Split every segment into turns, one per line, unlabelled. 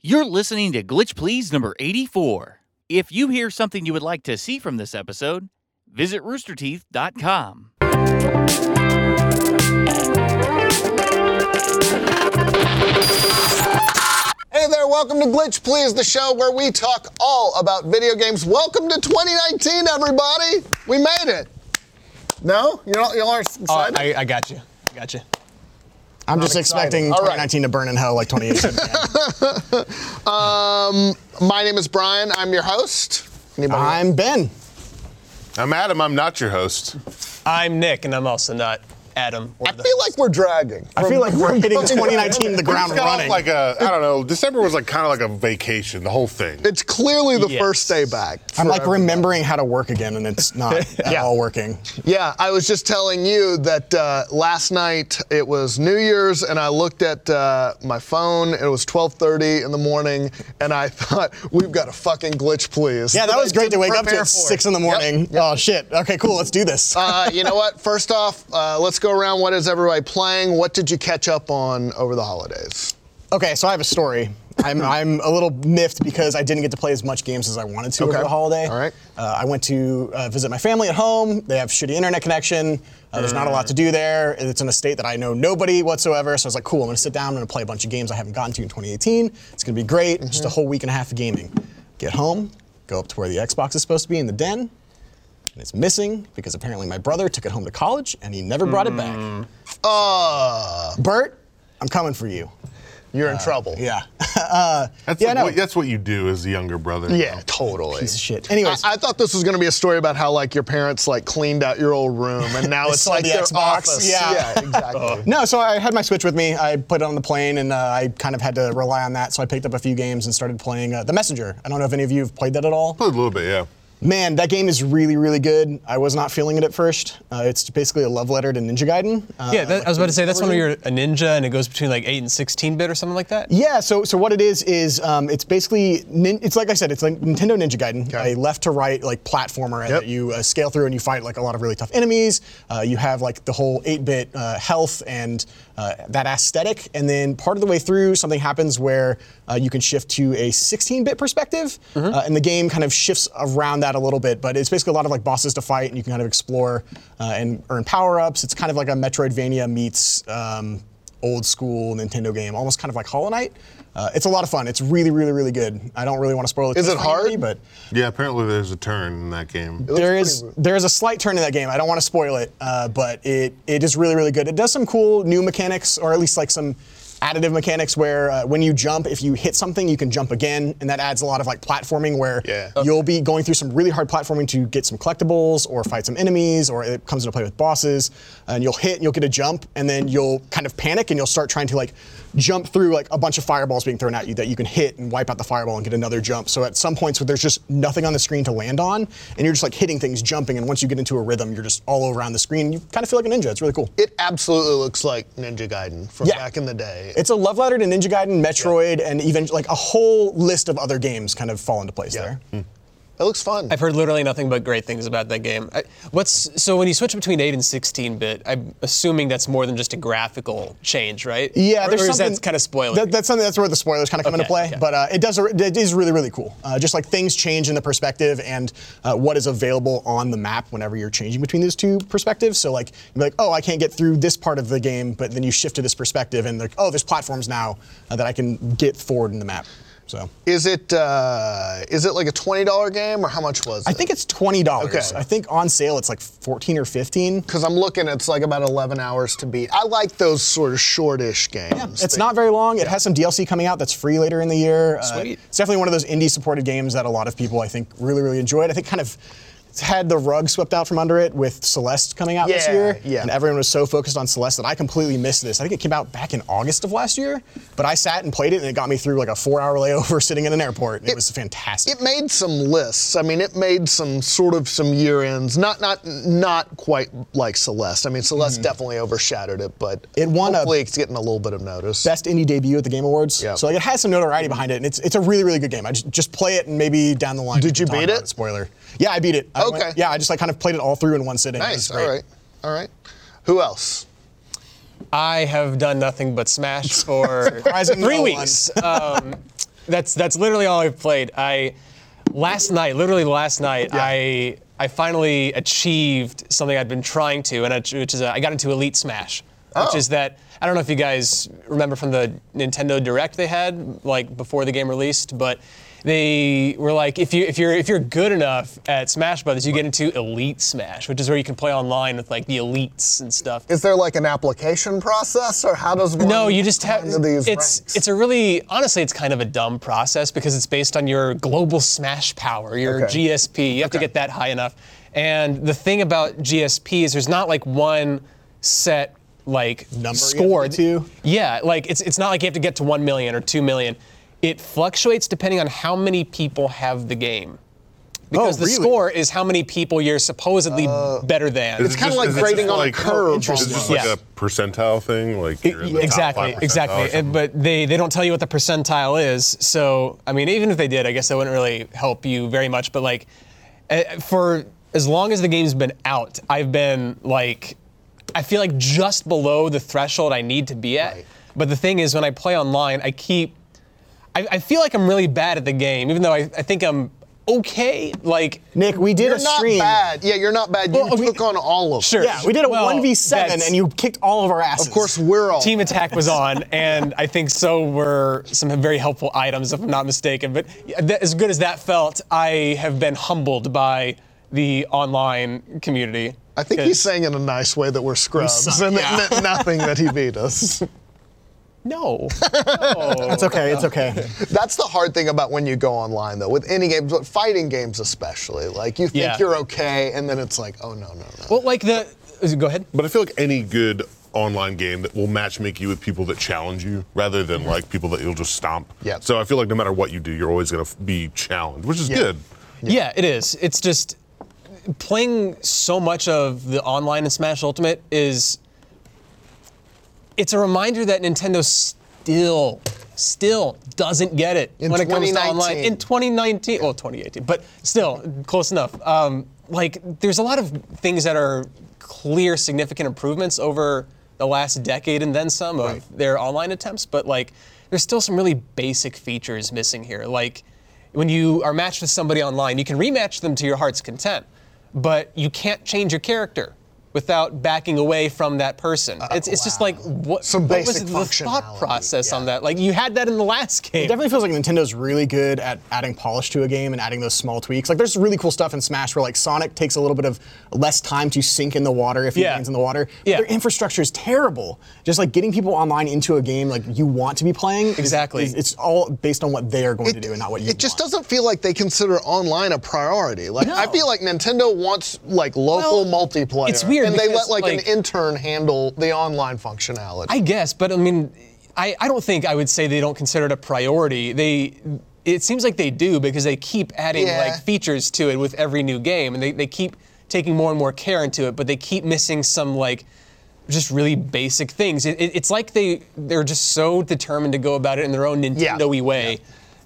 You're listening to Glitch Please number 84. If you hear something you would like to see from this episode, visit roosterteeth.com.
Hey there, welcome to Glitch Please, the show where we talk all about video games. Welcome to 2019, everybody. We made it. No, you don't. You aren't
Uh,
Oh,
excited.
I, I got you. I got you.
I'm just expecting
All right.
2019 to burn in hell like 2018. man.
My name is Brian. I'm your host. Anybody?
I'm Ben.
I'm Adam. I'm not your host.
I'm Nick, and I'm also not Adam. Or
I
the
feel like we're dragging.
I feel like we're hitting 2019 the ground
Just got off
running.
like a, I don't know. December was like kind of like a vacation. The whole thing.
It's clearly the
Yes.
first day back.
I'm
for
like
everybody.
remembering how to work again, and it's not at all working.
Yeah, I was just telling you that uh, last night it was New Year's, and I looked at uh, my phone. It was 12:30 in the morning, and I thought we've got a fucking glitch, please.
Yeah, that was great to wake up to
Prepare
at
for it.
six in the morning. Oh shit. Okay, cool. Let's do this.
uh, you know what? First off, uh, let's go around. What is everybody playing? What did you catch up on over the holidays?
Okay, so I have a story. I'm, I'm a little miffed because I didn't get to play as much games as I wanted to
Okay.
over the holiday.
All right.
Uh, I went to uh, visit my family at home. They have shitty internet connection. Uh, there's not a lot to do there. It's in a state that I know nobody whatsoever. So I was like, cool, I'm going to sit down. I'm going to play a bunch of games I haven't gotten to in 2018. It's going to be great. Just a
Mm-hmm.
whole week and a half of gaming. Get home, go up to where the Xbox is supposed to be in the den, and it's missing because apparently my brother took it home to college and he never brought it
Mm.
back.
Uh,
Bert, I'm coming for you.
you're in trouble.
Yeah. uh,
that's,
yeah,
like
no.
what, that's what you do as the younger brother.
Yeah, totally.
Oh, piece of shit. Anyways,
I, I thought this was going to be a story about how like your parents like cleaned out your old room, and now it's
sold
like
the
their
Xbox,
office.
yeah. Uh-huh.
exactly.
no, so I had my Switch with me. I put it on the plane, and uh, I kind of had to rely on that. So I picked up a few games and started playing uh, The Messenger. I don't know if any of you have played that at all.
Played a little bit. Yeah.
Man, that game is really, really good. I was not feeling it at first. Uh, it's basically a love letter to Ninja Gaiden. Uh,
yeah, that, I was about to say that's one where you're a ninja and it goes between like eight and sixteen bit or something like that.
Yeah, so so what it is is um, it's basically nin- it's like I said, it's like Nintendo Ninja Gaiden, a left to right like platformer that you uh, scale through and you fight like a lot of really tough enemies. Uh, you have like the whole 8-bit uh, health and uh, that aesthetic, and then part of the way through something happens where uh, you can shift to a 16-bit perspective, uh, and the game kind of shifts around that a little bit. But it's basically a lot of like bosses to fight, and you can kind of explore uh, and earn power-ups. It's kind of like a Metroidvania meets. Um, old school Nintendo game, almost kind of like Hollow Knight. Uh, it's a lot of fun. It's really, really, really good. I don't really want to spoil it.
Is
for
it hard?
anybody, But
Yeah. Apparently, there's a turn in that game.
there is there is a slight turn in that game. I don't want to spoil it, uh, but it it is really, really good. It does some cool new mechanics, or at least like some additive mechanics where uh, when you jump, if you hit something, you can jump again, and that adds a lot of like platforming where
Yeah.
you'll be going through some really hard platforming to get some collectibles or fight some enemies, or it comes into play with bosses, and you'll hit and you'll get a jump, and then you'll kind of panic and you'll start trying to like jump through like a bunch of fireballs being thrown at you that you can hit and wipe out the fireball and get another jump. So at some points where there's just nothing on the screen to land on, and you're just like hitting things, jumping, and once you get into a rhythm, you're just all around the screen. You kind of feel like a ninja. It's really cool.
It absolutely looks like Ninja Gaiden from
Yeah.
back in the day.
It's a love letter to Ninja Gaiden, Metroid, and even like a whole list of other games kind of fall into place there.
It looks fun.
I've heard literally nothing but great things about that game. I, what's so when you switch between eight and sixteen bit? I'm assuming that's more than just a graphical change, right?
Yeah,
or,
there's
or is
something
that kind of spoiling.
That, that's something that's where the spoilers kind of come
Okay,
into play.
okay.
But uh, it does it is really really cool. Uh, just like things change in the perspective and uh, what is available on the map whenever you're changing between these two perspectives. So like you're like oh I can't get through this part of the game, but then you shift to this perspective and like oh there's platforms now uh, that I can get forward in the map. So
Is it uh, is it like a twenty dollar game or how much was it?
I think it's twenty dollars.
Okay.
I think on sale it's like fourteen or fifteen.
because I'm looking, it's like about eleven hours to beat. I like those sort of shortish games.
Um, It's not very long. It has some DLC coming out that's free later in the year. Uh,
Sweet.
it's definitely one of those indie supported games that a lot of people, I think, really, really enjoyed. I think kind of had the rug swept out from under it with Celeste coming out this
Yeah,
year.
yeah.
And everyone was so focused on Celeste that I completely missed this. I think it came out back in August of last year, but I sat and played it and it got me through like a four hour layover sitting in an airport. And it, was fantastic.
It made some lists. I mean, it made some sort of some year ends. Not not not quite like Celeste. I mean, Celeste definitely overshadowed Mm-hmm. it, but
It won a-
Hopefully, it's getting a little bit of notice.
Best indie debut at the Game Awards.
Yeah.
So like it has some notoriety behind it, and it's it's a really really good game. I just, just play it and maybe down the line.
Did
we can
you
talk
beat
about
it?
Spoiler. Yeah, I beat it. I went-
Okay.
yeah, I just like kind of played it all through in one sitting. It was
nice. All
great.
right. All right. Who else?
I have done nothing but Smash for
Surprising
three
no one.
weeks. Um, That's that's literally all I've played. I last night, literally last night, I I finally achieved something I'd been trying to, and I, which is uh, I got into Elite Smash,
Oh.
which is that I don't know if you guys remember from the Nintendo Direct they had like before the game released, but they were like if you if you're if you're good enough at Smash Brothers, you get into Elite Smash, which is where you can play online with like the elites and stuff.
Is there like an application process, or how does one
No, you just have.
climb to these
It's
ranks?
it's a really honestly, it's kind of a dumb process because it's based on your global smash power, your
Okay.
GSP. You have to get that high enough. And the thing about GSP is there's not like one set like
Number
score.
to
Yeah, like it's it's not like you have to get to one million or two million. It fluctuates depending on how many people have the game. Because the
really?
score is how many people you're supposedly better than.
It's
kinda like grading on E, a curve
It's
almost.
just like
Yeah.
a percentile thing, like you're in the top
Exactly,
5% or
exactly.
something.
And- but they, they don't tell you what the percentile is. So, I mean, even if they did, I guess that wouldn't really help you very much. But, like, eh, for as long as the game's been out, I've been, like, I feel like just below the threshold I need to be at. But the thing is, when I play online, I keep I, I feel like I'm really bad at the game, even though I, I think I'm okay. Like,
Nick, we did
You're
a
not
stream.
bad. Yeah, you're not bad. You
Well, we-
took on all of.
sure.
Them.
Yeah, we did a
Well,
1v7
that's-
and you kicked all of our asses.
Of course, we're all.
Team Attack was on, and I think so were some very helpful items, if I'm not mistaken. But th- as good as that felt, I have been humbled by the online community.
I think he's saying in a nice way that we're scrubs
suck,
and
yeah.
that meant nothing that he beat us.
No. no.
It's okay, it's okay.
That's the hard thing about when you go online, though, with any games, but fighting games especially. Like, you think
Yeah.
you're okay, and then it's like, oh, no, no, no.
Well, like the. is it- Go ahead.
But I feel like any good online game that will matchmake you with people that challenge you rather than like people that you'll just stomp.
Mm-hmm. Yeah.
So I feel like no matter what you do, you're always going to be challenged, which is good.
Yeah. it is. It's just playing so much of the online and Smash Ultimate is. It's a reminder that Nintendo still, still doesn't get it
In
when it comes to online
2019.
in 2019. Well, 2018, but still close enough. Um, like there's a lot of things that are clear, significant improvements over the last decade and then some of their online attempts, but like there's still some really basic features missing here. Like when you are matched with somebody online, you can rematch them to your heart's content, but you can't change your character without backing away from that person. it's it's just like what,
Uh, Some
what was
basic
the thought
functionality,
process on
yeah.
that? Like you had that in the last game.
It definitely feels like Nintendo's really good at adding polish to a game and adding those small tweaks. Like there's really cool stuff in Smash where like Sonic takes a little bit of less time to sink in the water if he
Yeah.
lands in the water. But
Yeah.
Their infrastructure is terrible. Just like getting people online into a game like you want to be playing. is-
Exactly.
is- it's all based on what they are going to do and not what you
It just
want.
doesn't feel like they consider online a priority. Like I
No.
feel like Nintendo wants like local
Well,
multiplayer,
it's weird
and they
because,
let like,
like-
an intern handle the online functionality.
I guess, but I mean, I, I don't think I would say they don't consider it a priority. They, it seems like they do because they keep adding
Yeah.
like features to it with every new game, and they, they keep taking more and more care into it, but they keep missing some like just really basic things. It, it- it's like they they're just so determined to go about it in their own Nintendo-y way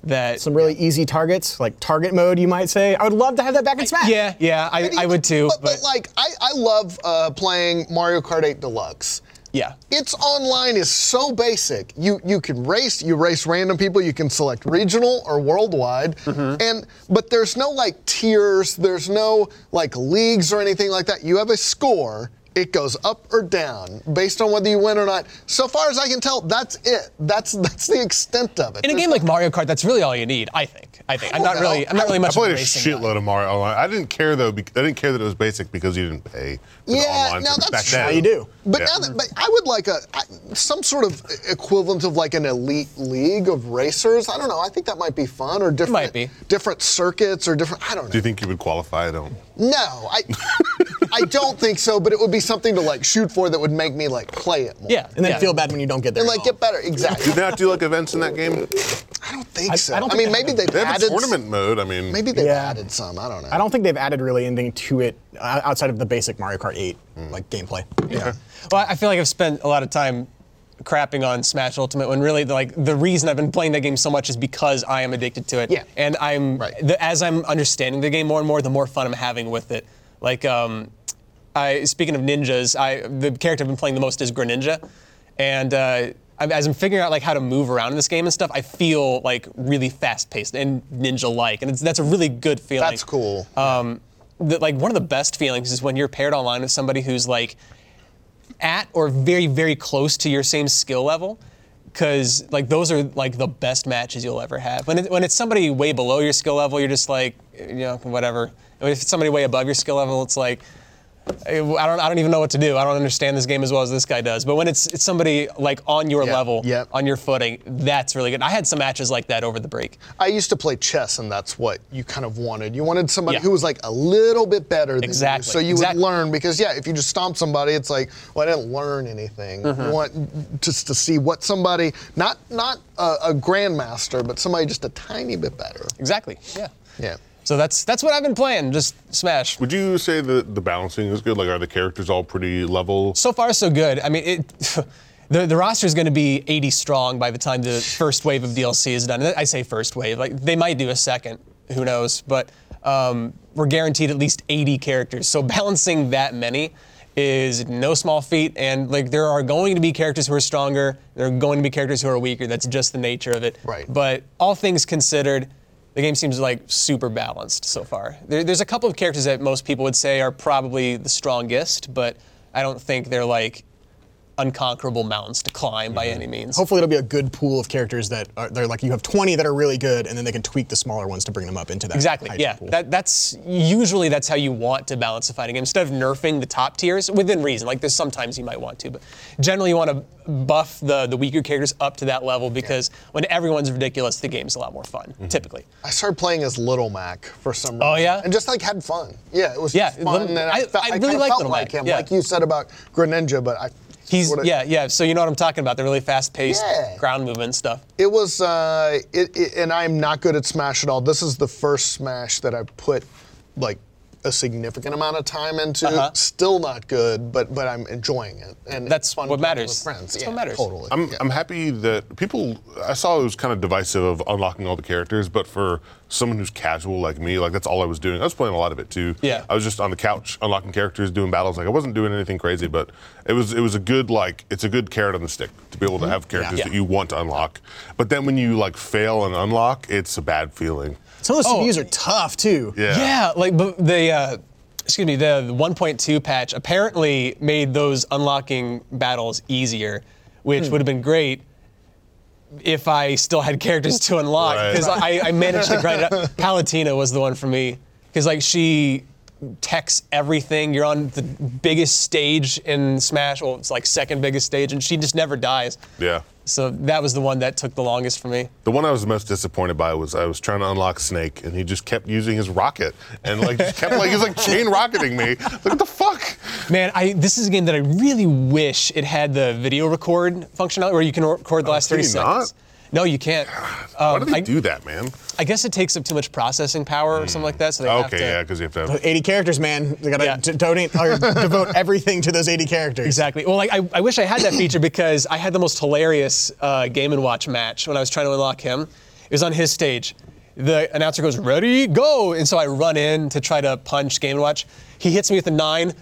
that.
Some really easy targets, like target mode, you might say. I would love to have that back in Smash.
yeah, yeah, I, I would too.
But, but, like I, I love uh, playing Mario Kart 8 Deluxe.
yeah,
Its online is so basic. You you can race, you race random people, you can select regional or worldwide. And but there's no like tiers, there's no like leagues or anything like that. You have a score. It goes up or down based on whether you win or not. So far as I can tell, that's it. That's that's the extent of it.
in a
There's
game like Mario Kart, that's really all you need. I think. I think. I'm not
know.
really. I'm not really
I
much. of
played a
racing guy.
shitload of Mario online. I didn't care though. Because, I didn't care that it was basic because you didn't pay. For the
Yeah,
online
no, that's
service back
true.
then.
Now you do.
But
Yeah.
now that, but I would like a I- some sort of equivalent of like an elite league of racers. I don't know. I think that might be fun or different
might be.
different circuits or different. I don't
Do
know.
you think you would qualify? I don't.
No, I I don't think so. But it would be something to like shoot for that would make me like play it more.
Yeah,
And then
yeah.
feel bad when you don't get there.
And
at
like
all.
get better,
Do
exactly.
they not do like events in that game?
I don't think
I-
so. I,
I don't
mean,
think they
maybe
have
they've
They have a
added s-
tournament mode. I mean,
Maybe they've
Yeah.
added some. I don't know.
I don't think they've added really anything to it uh, outside of the basic Mario Kart 8
Mm.
like gameplay. Yeah.
Well, I feel like I've spent a lot of time crapping on Smash Ultimate when really like the reason I've been playing that game so much is because I am addicted to it.
Yeah.
And I'm
Right.
the, as I'm understanding the game more and more, the more fun I'm having with it. Like um, I speaking of ninjas, I the character I've been playing the most is Greninja, and uh, I'm, as I'm figuring out like how to move around in this game and stuff, I feel like really fast-paced and ninja-like, and it's, that's a really good feeling.
That's cool.
Um, the, like one of the best feelings is when you're paired online with somebody who's like at or very very close to your same skill level because like those are like the best matches you'll ever have when, it, when it's somebody way below your skill level you're just like you know whatever And if it's somebody way above your skill level it's like I I don't, I don't even know what to do. I don't understand this game as well as this guy does. But when it's, it's somebody like on your
Yep,
level,
yep.
on your footing, that's really good. I had some matches like that over the break.
I used to play chess, and that's what you kind of wanted. You wanted somebody
Yeah.
who was like a little bit better than
Exactly,
you, so you
exactly.
would learn. Because yeah, if you just stomp somebody, it's like, well, I didn't learn anything. You want just to see what somebody, not not a, a grandmaster, but somebody just a tiny bit better.
Exactly. Yeah.
Yeah.
So that's that's what I've been playing. Just Smash.
Would you say that the balancing is good? Like, are the characters all pretty level?
So far, so good. I mean, it, the the roster is going to be 80 strong by the time the first wave of DLC is done. And I say first wave, like they might do a second. Who knows? But um, we're guaranteed at least 80 characters. So balancing that many is no small feat. And like there are going to be characters who are stronger. There are going to be characters who are weaker. That's just the nature of it.
Right.
But all things considered. The game seems like super balanced so far. There, there's a couple of characters that most people would say are probably the strongest, but I don't think they're like unconquerable mountains to climb by any means.
Hopefully, it'll be a good pool of characters that are they're like you have 20 that are really good, and then they can tweak the smaller ones to bring them up into that.
Exactly.
higher
Yeah.
pool.
That, that's usually that's how you want to balance a fighting game. Instead of nerfing the top tiers within reason, like there's sometimes you might want to, but generally you want to buff the the weaker characters up to that level because when everyone's ridiculous, the game's a lot more fun typically.
I started playing as Little Mac for some reason.
Oh, yeah?
And just like had fun. Yeah, it was
Yeah,
fun.
Little-
and I,
I-
felt,
I
I,
really
kinda
like
felt
Little
like
Mac,
him,
yeah.
like you said about Greninja, but I.
He's
sorta-
yeah yeah. So you know what I'm talking about? The really fast paced
Yeah.
ground movement stuff.
It was, uh, it, it, and I'm not good at Smash at all. This is the first Smash that I put like a significant amount of time into.
Uh-huh.
Still not good, but but I'm enjoying it, and
That's
it's fun
what
playing
matters.
With friends,
That's
yeah,
what matters.
Totally.
I'm, I'm happy that people. I saw it was kind of divisive of unlocking all the characters, but for someone who's casual like me, like that's all I was doing. I was playing a lot of it too.
Yeah.
I was just on the couch unlocking characters, doing battles. Like I wasn't doing anything crazy, but it was it was a good like it's a good carrot on the stick to be able to have
Mm-hmm.
characters
Yeah.
that you want to unlock. But then when you like fail and unlock, it's a bad feeling.
Some of those
Oh.
CPUs are tough too.
Yeah.
Yeah, like but the uh, excuse me, the 1.2 patch apparently made those unlocking battles easier, which would have been great if I still had characters to unlock
Right.
because I, I managed to grind it up. Palatina was the one for me because like she texts everything. You're on the biggest stage in Smash, well, it's like second biggest stage, and she just never dies.
Yeah.
So that was the one that took the longest for me.
The one I was most disappointed by was I was trying to unlock Snake, and he just kept using his rocket, and like just kept like he was like chain rocketing me. Like what the fuck?
Man, I this is a game that I really wish it had the video record functionality where you can record the last
can
30
you not?
seconds. No, you can't.
Why do
Um,
they
I,
do that, man?
I guess it takes up too much processing power or something like that. So they have
Okay,
to.
yeah, because you have to. Have,
80 characters, man. They gotta
Yeah.
d- donate or devote everything to those 80 characters.
Exactly. Well, like, I, I wish I had that feature because I had the most hilarious uh, Game and Watch match when I was trying to unlock him. It was on his stage. The announcer goes, "Ready, go!" And so I run in to try to punch Game and Watch. He hits me with a nine.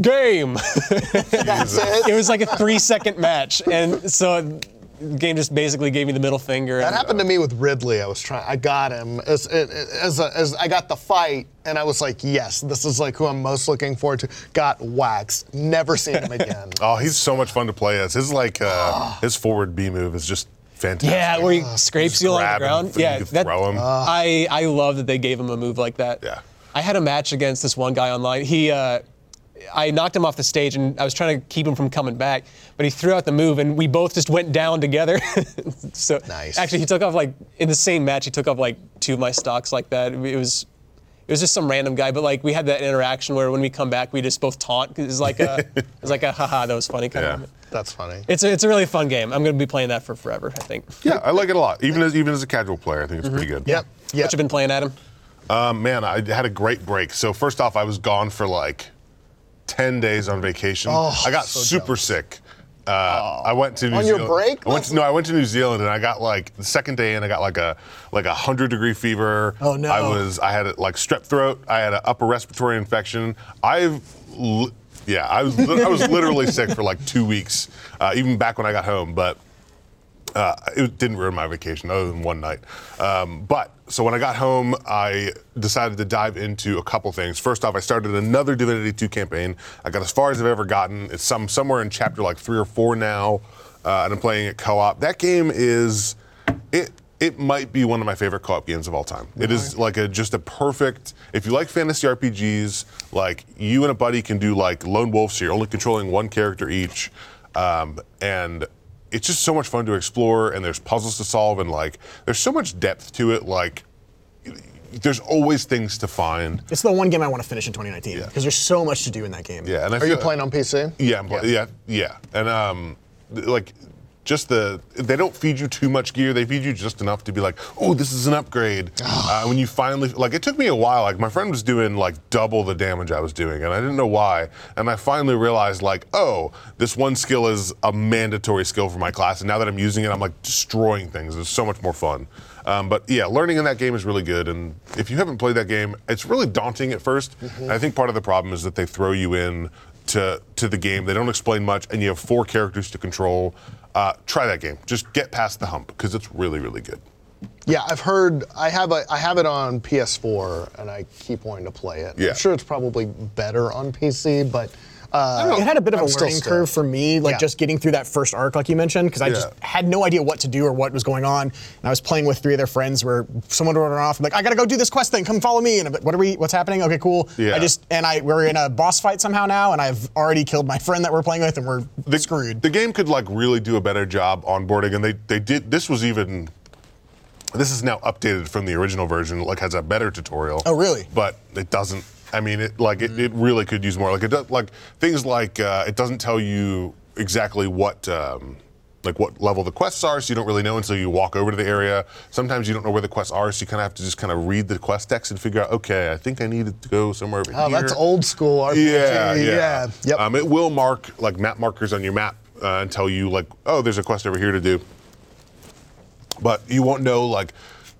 Game.
That's it.
it was like a three-second match, and so the game just basically gave me the middle finger.
That
and-
happened to me with Ridley. I was trying. I got him as as, a, as I got the fight, and I was like, "Yes, this is like who I'm most looking forward to." Got waxed. Never seen him again.
oh, he's so much fun to play as. His like uh, his forward B move is just fantastic.
Yeah, where he scrapes
Oh, Just
you along the
grab him
ground.
and
Yeah, Uh,
you can throw him.
I I love that they gave him a move like that.
Uh. Yeah.
I had a match against this one guy online. He, uh, I knocked him off the stage, and I was trying to keep him from coming back, but he threw out the move, and we both just went down together. so
Nice.
Actually, he took off like in the same match. He took off like two of my stocks like that. It was. It was just some random guy, but like we had that interaction where when we come back, we just both taunt. 'cause It's like a, it's like a haha, that was funny kind
Yeah.
of. moment.
That's funny.
It's a, it's a really fun game. I'm gonna be playing that for forever, I think.
yeah, I like it a lot. Even as even as a casual player, I think it's
Mm-hmm.
pretty good.
Yep. Yep.
What you been playing, Adam?
Um, man, I had a great break. So first off, I was gone for like ten days on vacation. I got super sick. Uh, I went to New
Oh, On your
Zealand.
break?
I went to, no, I went to New Zealand and I got like the second day in. I got like a like a hundred degree fever.
Oh, no.
I was I had a, like strep throat. I had an upper respiratory infection. I've li- yeah, I was li- I was literally sick for like two weeks, uh, even back when I got home. But Uh, it didn't ruin my vacation other than one night. Um, but so when I got home, I decided to dive into a couple things. First off, I started another Divinity 2 campaign. I got as far as I've ever gotten. It's some somewhere in chapter like three or four now, uh, and I'm playing it co-op. That game is it. It might be one of my favorite co-op games of all time. It is like a just a perfect. If you like fantasy RPGs, like you and a buddy can do like lone wolves, so you're only controlling one character each, um, and it's just so much fun to explore and there's puzzles to solve and like there's so much depth to it like there's always things to find
It's the one game I want to finish in 2019 because there's so much to do in that game.
yeah and I
Are you
feel-
playing on PC?
yeah, I'm pl- yeah, yeah, and um, th- like just the they don't feed you too much gear. They feed you just enough to be like, oh, this is an upgrade. uh, when you finally like, it took me a while. Like my friend was doing like double the damage I was doing, and I didn't know why. And I finally realized like, oh, this one skill is a mandatory skill for my class. And now that I'm using it, I'm like destroying things. It's so much more fun. Um, but yeah, learning in that game is really good. And if you haven't played that game, it's really daunting at 1st I think part of the problem is that they throw you in to to the game. They don't explain much, and you have four characters to control. Uh, try that game. Just get past the hump because it's really, really good.
Yeah, I've heard. I have a. I have it on PS4, and I keep wanting to play it.
Yeah.
I'm sure it's probably better on PC, but uh,
It had a bit of
I'm
a
still
learning
stuck.
curve for me, like
Yeah.
just getting through that first arc, like you mentioned, because I just
Yeah.
had no idea what to do or what was going on. And I was playing with three other friends where someone would run off, and like, I gotta go do this quest thing, come follow me. And I'm like, what are we, what's happening? Okay, cool.
Yeah.
I just, and I, we're in a boss fight somehow now, and I've already killed my friend that we're playing with, and we're screwed.
The game could like really do a better job onboarding, and they they did. This was even. This is now updated from the original version. Like has a better tutorial.
Oh, really?
But it doesn't. I mean, it like it, it really could use more. Like it does, like things like uh, it doesn't tell you exactly what. Um, like what level the quests are, so you don't really know until you walk over to the area. Sometimes you don't know where the quests are, so you kind of have to just kind of read the quest text and figure out. Okay, I think I needed to go somewhere over
Oh,
here.
that's old school RPG.
Yeah, yeah.
Yep.
Um, it will mark like map markers on your map uh, and tell you like, oh, there's a quest over here to do. But you won't know like,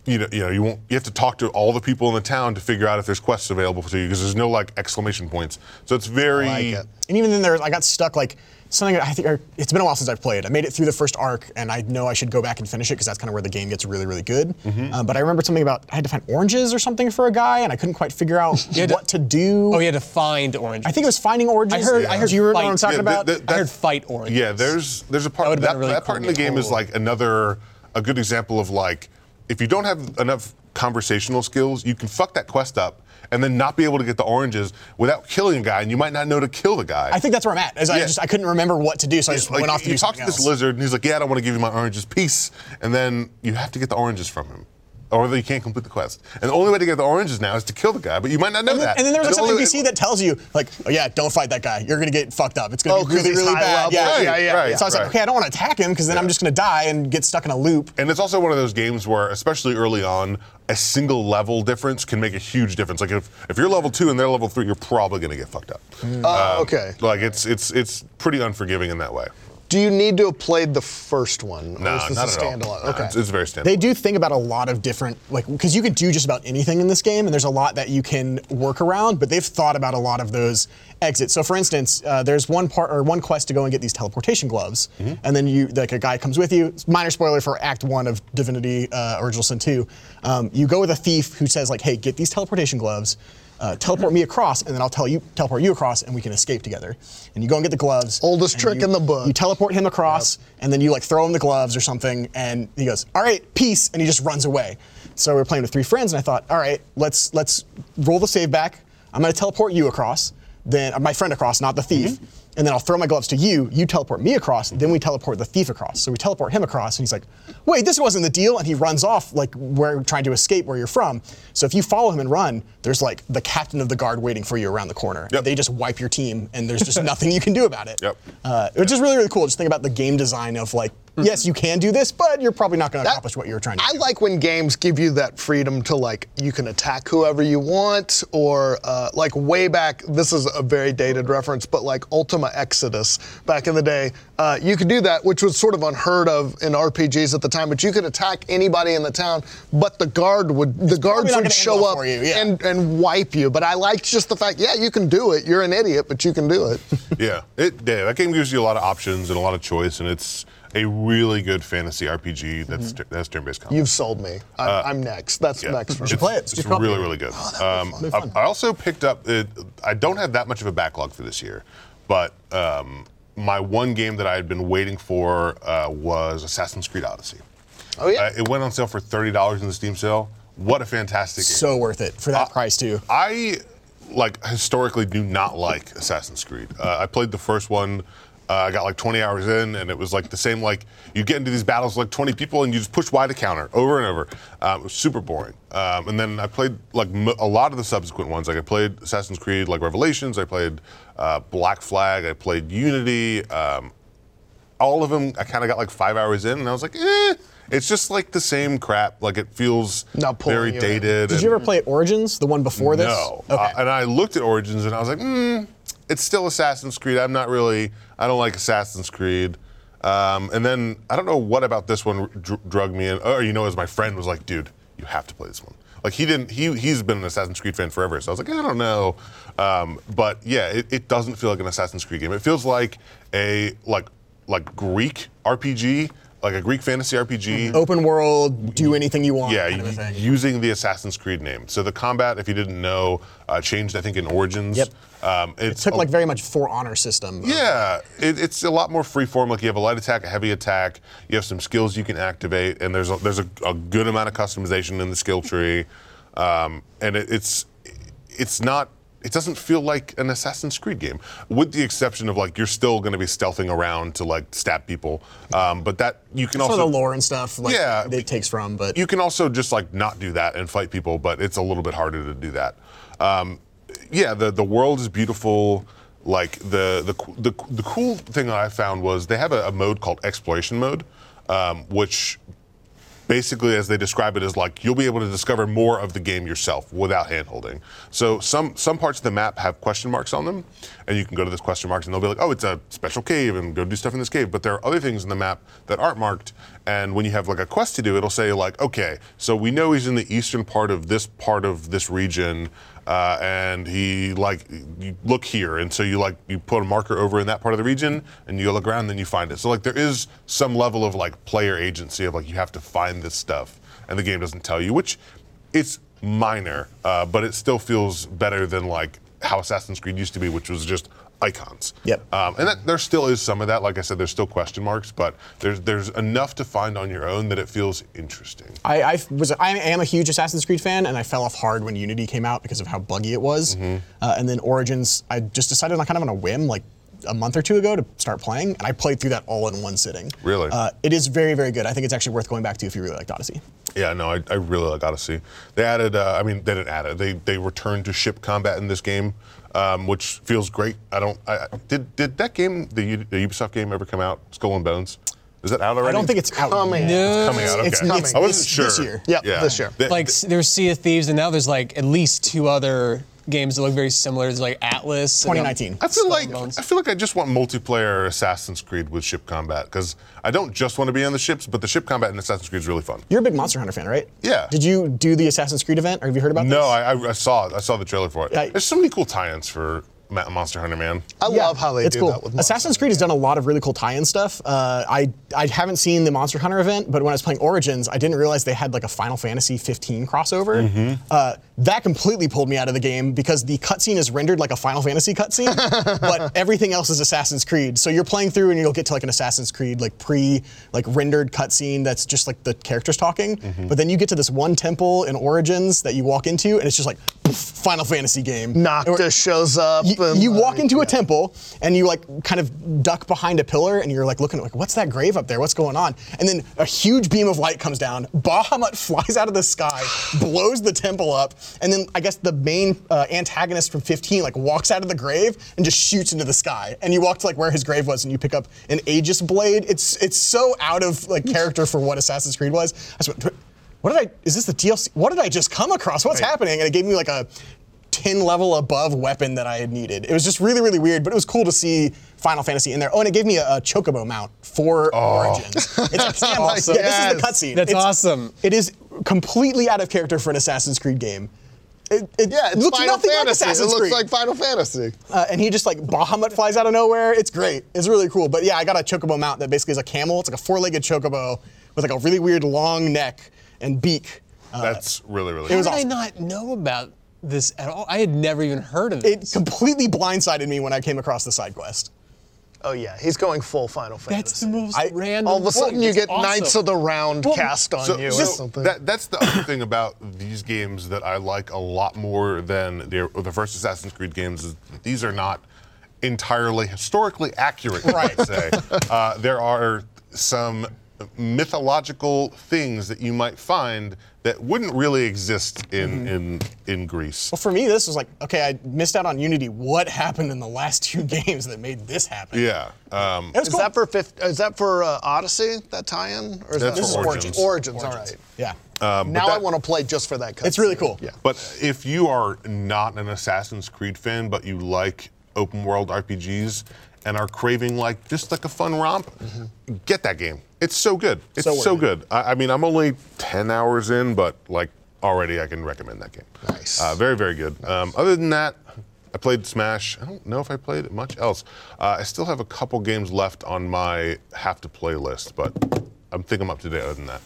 you know, you know, you won't. You have to talk to all the people in the town to figure out if there's quests available to you because there's no like exclamation points. So it's very.
I like it.
And even then, there I got stuck like something. I think I, it's been a while since I've played. I made it through the first arc, and I know I should go back and finish it because that's kind of where the game gets really, really good. Uh, but I remember something about I had to find oranges or something for a guy, and I couldn't quite figure out
had to-
what to do.
Oh, you had to find oranges.
I think it was finding oranges.
I heard- I heard
Do you remember what I'm
fight.
talking
Yeah,
about?
th- th-
I heard
that's-
fight oranges.
Yeah, there's there's a part
That
that,
would've been
that,
a really
part in
cool
the
game.
game is like another a good example of like if you don't have enough conversational skills, you can fuck that quest up and then not be able to get the oranges without killing a guy, and you might not know to kill the guy.
I think that's where I'm at. Is I
Yeah.
just I couldn't remember what to do, so I just
Like,
went off to
you
do
talk
something
to this
else.
lizard, and he's like, "Yeah, I don't want to give you my oranges, peace." And then you have to get the oranges from him, or you can't complete the quest. And the only way to get the oranges now is to kill the guy, but you might not know that.
And then there was like
the
some
only way-
NPC that tells you, like, oh yeah, don't fight that guy. You're gonna get fucked up. It's gonna
Oh,
be
'cause
really,
he's
really
high
bad.
level.
Yeah,
Right,
yeah, yeah.
right,
so I was
right.
like, okay, I don't want to attack him because then I'm just gonna die and get stuck in a loop.
And it's also one of those games where, especially early on, a single level difference can make a huge difference. Like if, if you're level two and they're level three, you're probably gonna get fucked up.
Mm.
Oh, okay.
Like it's it's it's pretty unforgiving in that way.
Do you need to have played the first one? or
No,
is this
not
a
at all.
standalone?
No,
okay.
it's, it's very standalone.
They do think about a lot of different, like, because you could do just about anything in this game, and there's a lot that you can work around. But they've thought about a lot of those exits. So, for instance, uh, there's one part or one quest to go and get these teleportation gloves,
Mm-hmm.
and then you, like, a guy comes with you. It's Minor spoiler for Act One of Divinity uh, Original Sin Two. Um, you go with a thief who says, like, "Hey, get these teleportation gloves." Uh, teleport me across, and then I'll tell you teleport you across, and we can escape together. And you go and get the gloves.
Oldest
and
trick
you-
in the book.
You teleport him across, and then you like throw him the gloves or something, and he goes, "All right, peace," and he just runs away. So we were playing with three friends, and I thought, "All right, let's let's roll the save back. I'm gonna teleport you across, then uh, my friend across, not the thief."
Mm-hmm.
And then I'll throw my gloves to you. You teleport me across. Then we teleport the thief across. So we teleport him across, and he's like, "Wait, this wasn't the deal." And he runs off, like where trying to escape where you're from. So if you follow him and run, there's like the captain of the guard waiting for you around the corner.
Yep.
They just wipe your team, and there's just nothing you can do about it.
Yep.
Uh, which is really, really cool. Just think about the game design of like, yes, you can do this, but you're probably not going to accomplish what you were trying to
I
do.
like when games give you that freedom to like you can attack whoever you want, or uh, like way back. This is a very dated reference, but like Ultima Exodus back in the day, uh, you could do that, which was sort of unheard of in RPGs at the time. But you could attack anybody in the town, but the guard would the guards
not
would
gonna
show
end well
up
for you, yeah.
and and wipe you. But I liked just the fact, yeah, you can do it. You're an idiot, but you can do it.
yeah, it yeah, that game gives you a lot of options and a lot of choice, and it's a really good fantasy RPG that's that's turn-based combat.
You've sold me. I, I'm next. That's
Uh, Yeah.
next for
It's-
me.
play it.
It's
Just copy
really,
it.
really good. Um, I, I also picked up. It, I don't have that much of a backlog for this year, but um, my one game that I had been waiting for uh, was Assassin's Creed Odyssey.
Oh yeah.
Uh, it went on sale for thirty dollars in the Steam sale. What a fantastic game!
So worth it for
Uh,
that
I-
price too.
I like historically do not like Assassin's Creed. Uh, I played the first one. Uh, I got like 20 hours in, and it was like the same. Like you get into these battles with, like 20 people, and you just push Y to counter over and over. Um, it was super boring. Um, and then I played like m- a lot of the subsequent ones. Like I played Assassin's Creed, like Revelations. I played uh, Black Flag. I played Unity. Um, all of them, I kind of got like five hours in, and I was like, eh. It's just like the same crap. Like it feels
Not pulling
very
you in.
dated.
Did
and-
you ever play at Origins, the one before this?
no.
Okay.
Uh, and I looked at Origins and I was like, hmm, it's still Assassin's Creed. I'm not really, I don't like Assassin's Creed. Um, and then I don't know what about this one dr- drug me in. Or, you know, as my friend was like, dude, you have to play this one. Like he didn't, he, he's been an Assassin's Creed fan forever. So I was like, I don't know. Um, but yeah, it, it doesn't feel like an Assassin's Creed game. It feels like a, like, like Greek RPG, like a Greek fantasy RPG.
Open world, do anything you want.
Yeah,
kind of a thing.
y- using the Assassin's Creed name. So the combat, if you didn't know, uh, changed. I think in Origins.
Yep.
Um, it's
took
a-
like very much for honor system. of-
yeah, it, it's a lot more freeform. Like you have a light attack, a heavy attack. You have some skills you can activate, and there's a, there's a, a good amount of customization in the skill tree. Um, and it, it's it's not it doesn't feel like an Assassin's Creed game, with the exception of like you're still going to be stealthing around to like stab people. Um, but that you can
Some of
also
the lore and stuff. Like,
Yeah,
that it takes from, but
you can also just like not do that and fight people, but it's a little bit harder to do that. Um, yeah, the the world is beautiful. Like the the co- the, the cool thing that I found was they have a, a mode called exploration mode, um, which basically as they describe it is like you'll be able to discover more of the game yourself without handholding. So some some parts of the map have question marks on them, and you can go to those question marks and they'll be like, oh, it's a special cave, and go do stuff in this cave. But there are other things in the map that aren't marked, and when you have like a quest to do, it'll say like, okay, so we know he's in the eastern part of this part of this region. Uh, and he like you look here, and so you like you put a marker over in that part of the region, and you look around, then you find it. So like there is some level of like player agency of like you have to find this stuff, and the game doesn't tell you, which it's minor, uh, but it still feels better than like how Assassin's Creed used to be, which was just icons.
Yep.
Um, and that, there still is some of that. Like I said, there's still question marks, but there's there's enough to find on your own that it feels interesting.
I, I was I am a huge Assassin's Creed fan, and I fell off hard when Unity came out because of how buggy it was.
Mm-hmm.
Uh, and then Origins, I just decided on kind of on a whim, like a month or two ago, to start playing, and I played through that all in one sitting.
Really?
Uh, it is very very good. I think it's actually worth going back to if you really liked Odyssey.
Yeah, no, I, I really like Odyssey. They added, uh, I mean, they didn't add it. They they returned to ship combat in this game, um, which feels great. I don't. I, I- did did that game, the, U, the Ubisoft game, ever come out? Skull and Bones. Is that out already?
I don't think it's out.
Coming.
yet.
It's coming out. Okay.
It's-
it's-
I wasn't
it's
sure.
this year.
Yep, this year.
They-
like s- there was Sea of Thieves, and now there's like at least two other games that look very similar. There's like Atlas. and, um,
2019.
I feel
Skull
like
and Bones.
I feel like I just want multiplayer Assassin's Creed with ship combat because I don't just want to be on the ships, but the ship combat in Assassin's Creed is really fun.
You're a big Monster Hunter fan, right?
Yeah.
Did you do the Assassin's Creed event, or have you heard about
No,
this?
I, I, I saw it. I saw the trailer for it.
I-
There's so many cool tie-ins for Ma- Monster Hunter, man.
I
Yeah,
love how they
it's
do
cool.
that with Monster
Assassin's Creed has done a lot of really cool tie-in stuff. Uh, I I haven't seen the Monster Hunter event, but when I was playing Origins, I didn't realize they had like a Final Fantasy 15 crossover.
Mm-hmm.
Uh, that completely pulled me out of the game because the cutscene is rendered like a Final Fantasy cutscene, but everything else is Assassin's Creed. So you're playing through and you'll get to like an Assassin's Creed like pre like rendered cutscene that's just like the characters talking.
Mm-hmm.
But then you get to this one temple in Origins that you walk into and it's just like poof, Final Fantasy game.
Noctis shows up.
You,
and,
you walk
like,
into
yeah.
a temple and you like kind of duck behind a pillar and you're like looking at like what's that grave up there? What's going on? And then a huge beam of light comes down. Bahamut flies out of the sky, blows the temple up, and then I guess the main uh, antagonist from 15 like walks out of the grave and just shoots into the sky. And you walk to like where his grave was and you pick up an Aegis blade. It's it's so out of like character for what Assassin's Creed was. I just went, what did I? Is this the DLC? What did I just come across? What's happening? And it gave me like a 10 level above weapon that I had needed. It was just really, really weird, but it was cool to see Final Fantasy in there. Oh, and it gave me a, a chocobo mount for
Oh.
Origins. It's like, damn,
Awesome.
yeah, this is
Yes.
the cutscene.
That's
It's-
awesome.
It is completely out of character for an Assassin's Creed game. It, it
Yeah, it's
looks
Final
nothing like
Fantasy.
Assassin's
it looks
Creed.
like Final Fantasy.
Uh, and he just like Bahamut flies out of nowhere. It's great. It's really cool. But yeah, I got a chocobo mount that basically is a camel. It's like a four-legged chocobo with like a really weird long neck and beak.
That's really, really
How did
cool.
I not know about this at all? I had never even heard of
It
this.
completely blindsided me when I came across the side quest.
Oh yeah, he's going full Final
That's the
Fantasy.
most
I-
random.
All of a sudden,
thing.
you
It's
get
awesome.
Knights of the Round cast on you or something.
That, that's the other thing about these games that I like a lot more than the, the first Assassin's Creed games is that these are not entirely historically accurate, right. I'd say. uh, there are some mythological things that you might find that wouldn't really exist in, in, in Greece.
Well, for me, this was like, okay, I missed out on Unity. What happened in the last two games that made this happen?
Yeah. Um,
It was
is
cool.
that for fifth, is that for uh, Odyssey? That tie-in, or is that
That's for Origins.
Origins. All right.
yeah.
Uh,
now I
that-
want to play just for that. Cutscene.
It's really cool.
Yeah.
But if you are not an Assassin's Creed fan, but you like open world RPGs and are craving like just like a fun romp, get that game. It's so good. It's
So
so,
worth it.
good. I, I mean, I'm only 10 hours in, but like already I can recommend that game.
Nice.
Uh, very, very good. Um, other than that, I played Smash. I don't know if I played much else. Uh, I still have a couple games left on my have to play list, but I'm thinking I'm up to date other than that.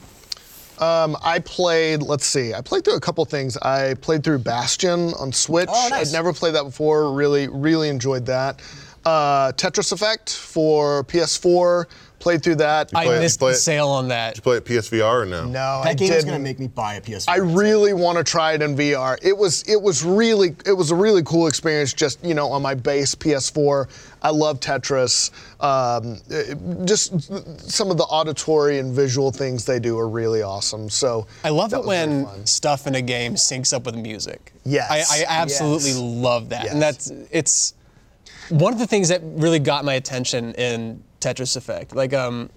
Um, I played. Let's see. I played through a couple things. I played through Bastion on Switch.
Oh, nice.
I'd never played that before. Really, really enjoyed that. Uh, Tetris Effect for PS4. Played through that.
I
play it,
missed
play
the
it.
sale on that.
Play at PSVR or no?
no, I
that game is
didn't.
going to make me buy a PS4.
I really want to try it in VR. It was it was really it was a really cool experience. Just you know on my base PS4. I love Tetris. Um, it- just some of the auditory and visual things they do are really awesome. So
I love
that
it
was really
when
fun.
stuff in a game syncs up with music.
Yes,
I, I absolutely
yes.
love that. And
Yes.
that's it's one of the things that really got my attention in Tetris Effect. Like um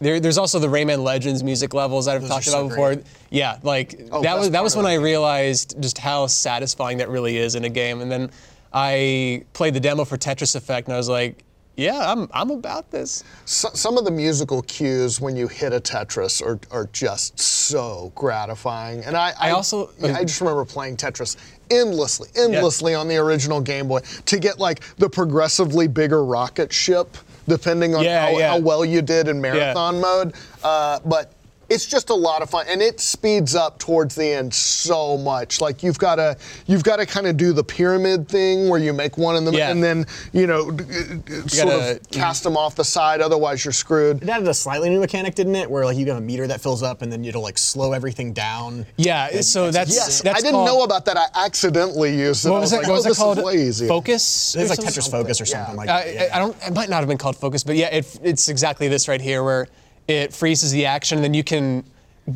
there, there's also the Rayman Legends music levels that I've talked
are
about
so
before.
great.
Yeah, like that
Oh, that's
was that
part
was
of
when
that
I realized just how satisfying that really is in a game. And then I played the demo for Tetris Effect and I was like, yeah, I'm I'm about this.
So, some of the musical cues when you hit a Tetris are, are just so gratifying. And I,
I also-
I just remember playing Tetris endlessly, endlessly on the original Game Boy to get like the progressively bigger rocket ship, depending on
Yeah,
how,
yeah.
how well you did in marathon mode. Uh, but it's just a lot of fun, and it speeds up towards the end so much. Like you've got to, you've got to kind of do the pyramid thing where you make one in the,
Yeah.
and then you know, d- d- sort
gotta-
of Mm. cast them off the side. Otherwise, you're screwed.
It added a slightly new mechanic, didn't it? Where like you have a meter that fills up, and then it'll like slow everything down.
Yeah, so that's
Yes,
that's
I didn't
called-
know about that. I accidentally used it.
What
I
was,
was
that?
like,
what
oh,
was it
this
called?
is way easier.
Focus.
It's
or
like
something?
Tetris Focus or
yeah.
something like
I,
that.
I- I don't. It might not have been called focus, but yeah, it, it's exactly this right here, where it freezes the action, and then you can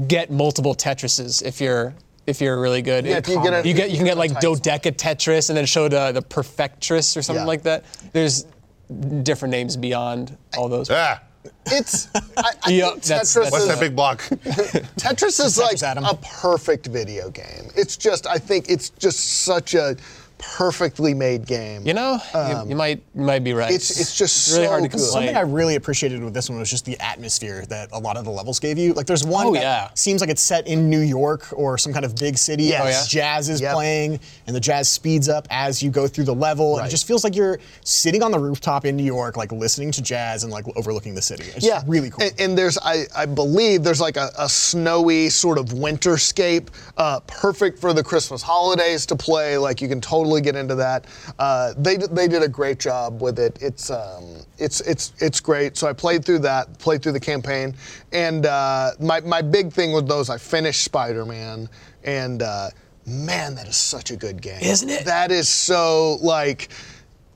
get multiple Tetrises if you're if you're really good.
Yeah,
It-
if you get a-
you get you can get like
Sometimes.
dodeca Tetris, and then show the the perfectress or something
Yeah.
like that. There's different names beyond all those.
Uh,
Ah,
It's. I, I
Yeah,
think
that's-
Tetris
what's
is
that big block?
Tetris is like
Adam.
a perfect video game. It's just, I think it's just such a perfectly made game.
you know, You- you, might you might be right.
um, it's- it's just
really hard
so
to
good.
complain.
Something I really appreciated with this one was just the atmosphere that a lot of the levels gave you. Like, there's one
Oh,
that
yeah.
seems like it's set in New York or some kind of big city.
Yes.
and
Oh, yeah?
Jazz is
Yep.
playing, and the jazz speeds up as you go through the level. And
Right.
it just feels like you're sitting on the rooftop in New York, like listening to jazz and like overlooking the city. It's
yeah,
really cool.
And, and there's, I, I believe, there's like a, a snowy sort of winterscape, uh, perfect for the Christmas holidays to play. Like you can totally get into that. Uh, they did- they did a great job with it. It's um, it's it's it's great. So I played through that, played through the campaign, and uh, my my big thing with those, I finished Spider Man, and uh, man, that is such a good game,
Isn't it?
That is so like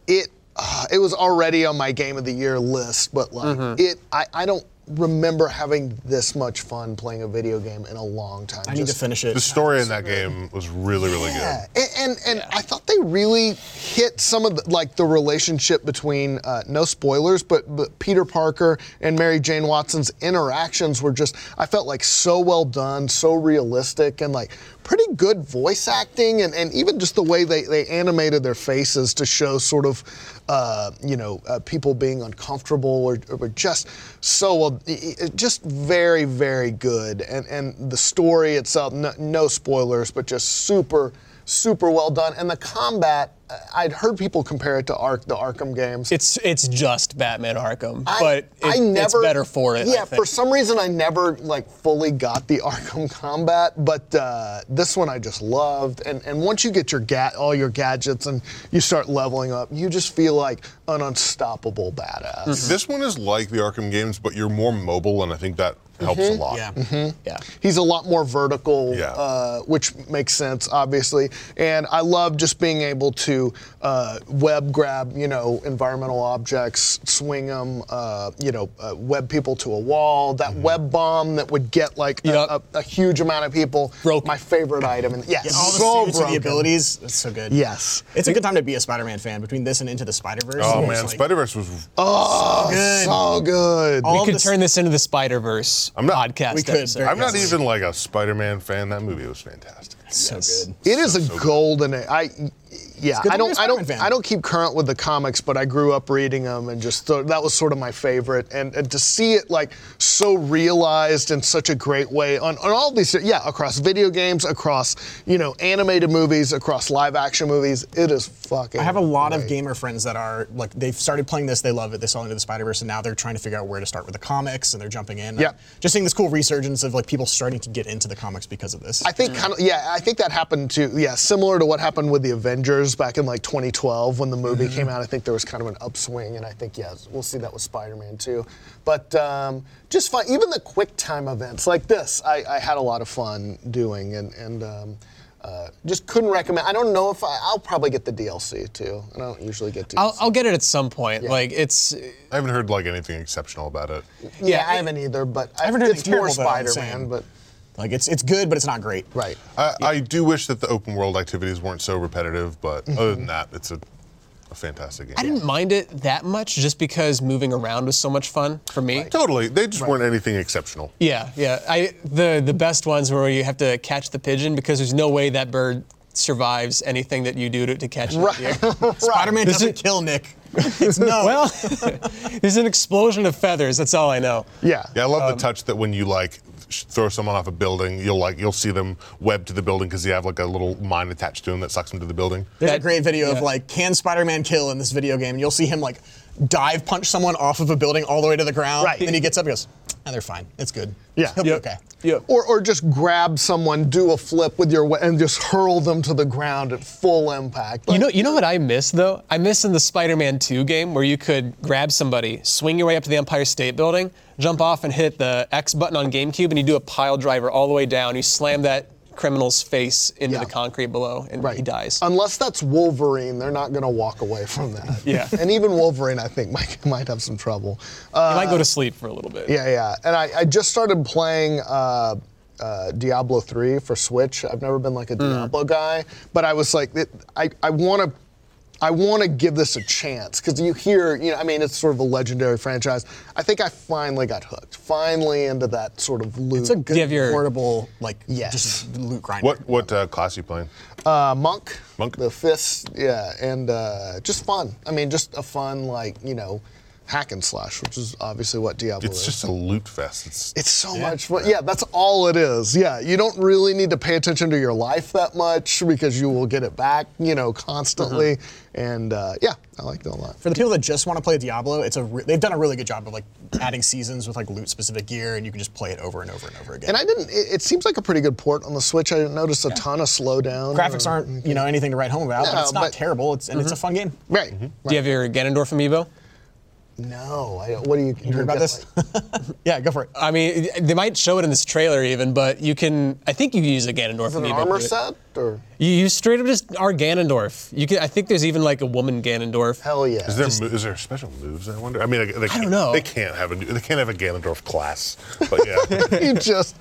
it uh, it was already on my game of the year list, but like
Mm-hmm.
it I, I don't remember having this much fun playing a video game in a long time.
I need to finish it.
The story in that game was really, really
Yeah,
good.
and and, and I thought they they really hit some of the, like the relationship between uh, no spoilers, but, but Peter Parker and Mary Jane Watson's interactions were just I felt like so well done, so realistic, and like pretty good voice acting, and, and even just the way they they animated their faces to show sort of uh, you know uh, people being uncomfortable or, or just so well, it- it- just very very good, and and the story itself, no, no spoilers, but just super super well done, and the combat. uh, I'd heard people compare it to Ark, the Arkham games.
It's it's just Batman Arkham,
I-
but it,
I never,
it's better for it. I
Yeah,
think.
for some reason I never like fully got the Arkham combat, but uh, this one I just loved. And and once you get your ga- all your gadgets and you start leveling up, you just feel like an unstoppable
Mm-hmm.
badass.
This one is like the Arkham games, but you're more mobile, and I think that helps a lot.
Yeah.
Mm-hmm.
yeah.
He's a lot more vertical,
Yeah.
uh, which makes sense, obviously. And I love just being able to uh, web grab, you know, environmental objects, swing them, uh, you know, uh, web people to a wall. That
Mm-hmm.
web bomb that would get like a-
Yep.
a, a, huge amount of people.
Broken.
My favorite item. And yes,
Yeah, all the
so
suits with the
broken.
abilities. That's so good.
Yes.
It's a good time to be a Spider-Man fan. Between this and Into the Spider-Verse.
Oh
it's
man,
like-
Spider Verse was.
Oh, so good.
All
We could
this-
turn this into the Spider Verse
not-
podcast.
We could,
episode.
very
I'm not even like a Spider Man fan. That movie was fantastic.
So good.
It is a golden age. I yeah,
good
I
to be
don't
a
I don't
Spider-Man fan.
I don't keep current with the comics, but I grew up reading them and just th- that was sort of my favorite and, and to see it like so realized in such a great way on, on all these yeah, across video games, across, you know, animated movies, across live action movies, it is fucking
I have a lot of
great.
gamer friends that are like they've started playing this, they love it, they saw into the Spider Verse, and now they're trying to figure out where to start with the comics, and they're jumping in.
Yeah.
just seeing this cool resurgence of like people starting to get into the comics because of this.
I think kind of yeah. I think that happened to yeah, similar to what happened with the Avengers back in like 2012 when the movie
Mm-hmm.
came out. I think there was kind of an upswing, and I think yeah, we'll see that with Spider-Man too. But um, just fun, even the quick time events like this, I, I had a lot of fun doing, and and. Um, uh, just couldn't recommend. I don't know if I, I'll probably get the DLC too. I don't usually get DLC.
I'll, I'll get it at some point. Like it's
I haven't heard like anything exceptional about it.
yeah, I
it-
haven't either, but I,
haven't heard
it's
anything
more
terrible about it, I'm
Spider-Man.
saying. Uh,
But
like it's it's good, but it's not great.
right,
I, I do wish that the open world activities weren't so repetitive, but other than that, it's a, a fantastic game.
I didn't mind it that much just because moving around was so much fun for me.
Totally, they just weren't anything exceptional.
Yeah, yeah. I the the best ones were where you have to catch the pigeon because there's no way that bird survives anything that you do to, to catch it. in the air.
Spider-Man
This
doesn't
is-
kill Nick. It's no.
Well, there's an explosion of feathers. That's all I know.
yeah,
Yeah, I love the touch that when you like sh- throw someone off a building, you'll like you'll see them webbed to the building because you have like a little mine attached to them that sucks them to the building.
There's a
That-
great video
yeah.
of like, can Spider-Man kill in this video game? And you'll see him like dive punch someone off of a building all the way to the ground.
Right.
Then he gets up and goes, ah, they're fine. It's good.
Yeah.
He'll be okay.
Yeah.
Or, or just grab someone, do a flip with your we- and just hurl them to the ground at full impact.
You
Like,
know, you know what I miss though? I miss in the Spider-Man 2 game where you could grab somebody, swing your way up to the Empire State Building, jump off and hit the X button on GameCube, and you do a pile driver all the way down. You slam that criminal's face into
Yeah. Uh,
the concrete below, and he dies.
Unless that's Wolverine, they're not going to walk away from that.
Yeah.
And even Wolverine, I think, might might have some trouble.
you might go to sleep for a little bit.
Yeah, yeah. And I, I just started playing uh, uh, Diablo 3 for Switch. I've never been like a Diablo guy, but I was like, it, I, I want to. I want to give this a chance because you hear, you know, I mean, it's sort of a legendary franchise. I think I finally got hooked, finally into that sort of loop.
It's a good,
Give your-
portable, like,
Yes.
just loot grinder.
What what uh, class are you playing?
Uh, Monk.
Monk.
The fist, yeah, and uh, just fun. I mean, just a fun, like, you know, hack and slash, which is obviously what Diablo
It's
is.
just a loot fest. It's,
It's so much fun. Yeah, that's all it is. Yeah, you don't really need to pay attention to your life that much because you will get it back, you know, constantly.
Mm-hmm.
And uh, yeah, I liked it a lot.
for the people that just want to play Diablo, it's a re- they've done a really good job of like adding seasons with like loot specific gear, and you can just play it over and over and over again.
And I didn't. It, it seems like a pretty good port on the Switch. I didn't notice a ton of slowdown.
Graphics
or-
aren't you know anything to write home about,
Mm-hmm. No,
but it's not
but- Mm-hmm.
terrible. It's and it's a fun game.
right.
Do you have your Ganondorf amiibo?
No, I don't. What do you? You
heard about this? yeah, go for it.
I mean, they might show it in this trailer even, but you can. I think you use a Ganondorf.
Is it an
amiibo.
armor set or?
You use straight up just our Ganondorf. You can. I think there's even like a woman Ganondorf.
Hell Oh, yeah.
Is there, mo- is there special moves? I wonder. I mean, they,
don't know.
They can't have a they can't have a Ganondorf class, but yeah.
you just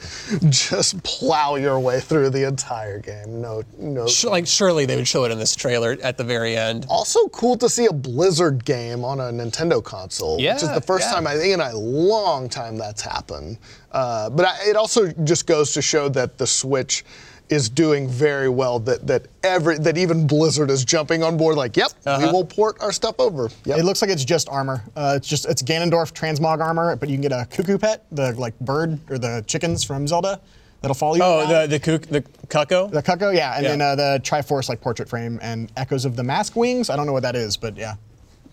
just plow your way through the entire game. No, no.
Sh- like surely they would show it in this trailer at the very end.
Also cool to see a Blizzard game on a Nintendo console, which is
Yeah,
the first
yeah.
time I think in a long time that's happened. Uh, but I, it also just goes to show that the Switch is doing very well. That that every that even Blizzard is jumping on board. Like, yep,
Uh-huh.
we will port our stuff over. Yep.
It looks like it's just armor. Uh, it's just it's Ganondorf transmog armor, but you can get a cuckoo pet, the like bird or the chickens from Zelda that'll follow you.
Oh,
around.
the the kook, the cucko.
the cuckoo, yeah, and
Yeah.
then uh, the Triforce like portrait frame and Echoes of the Mask Wings. I don't know what that is, but yeah,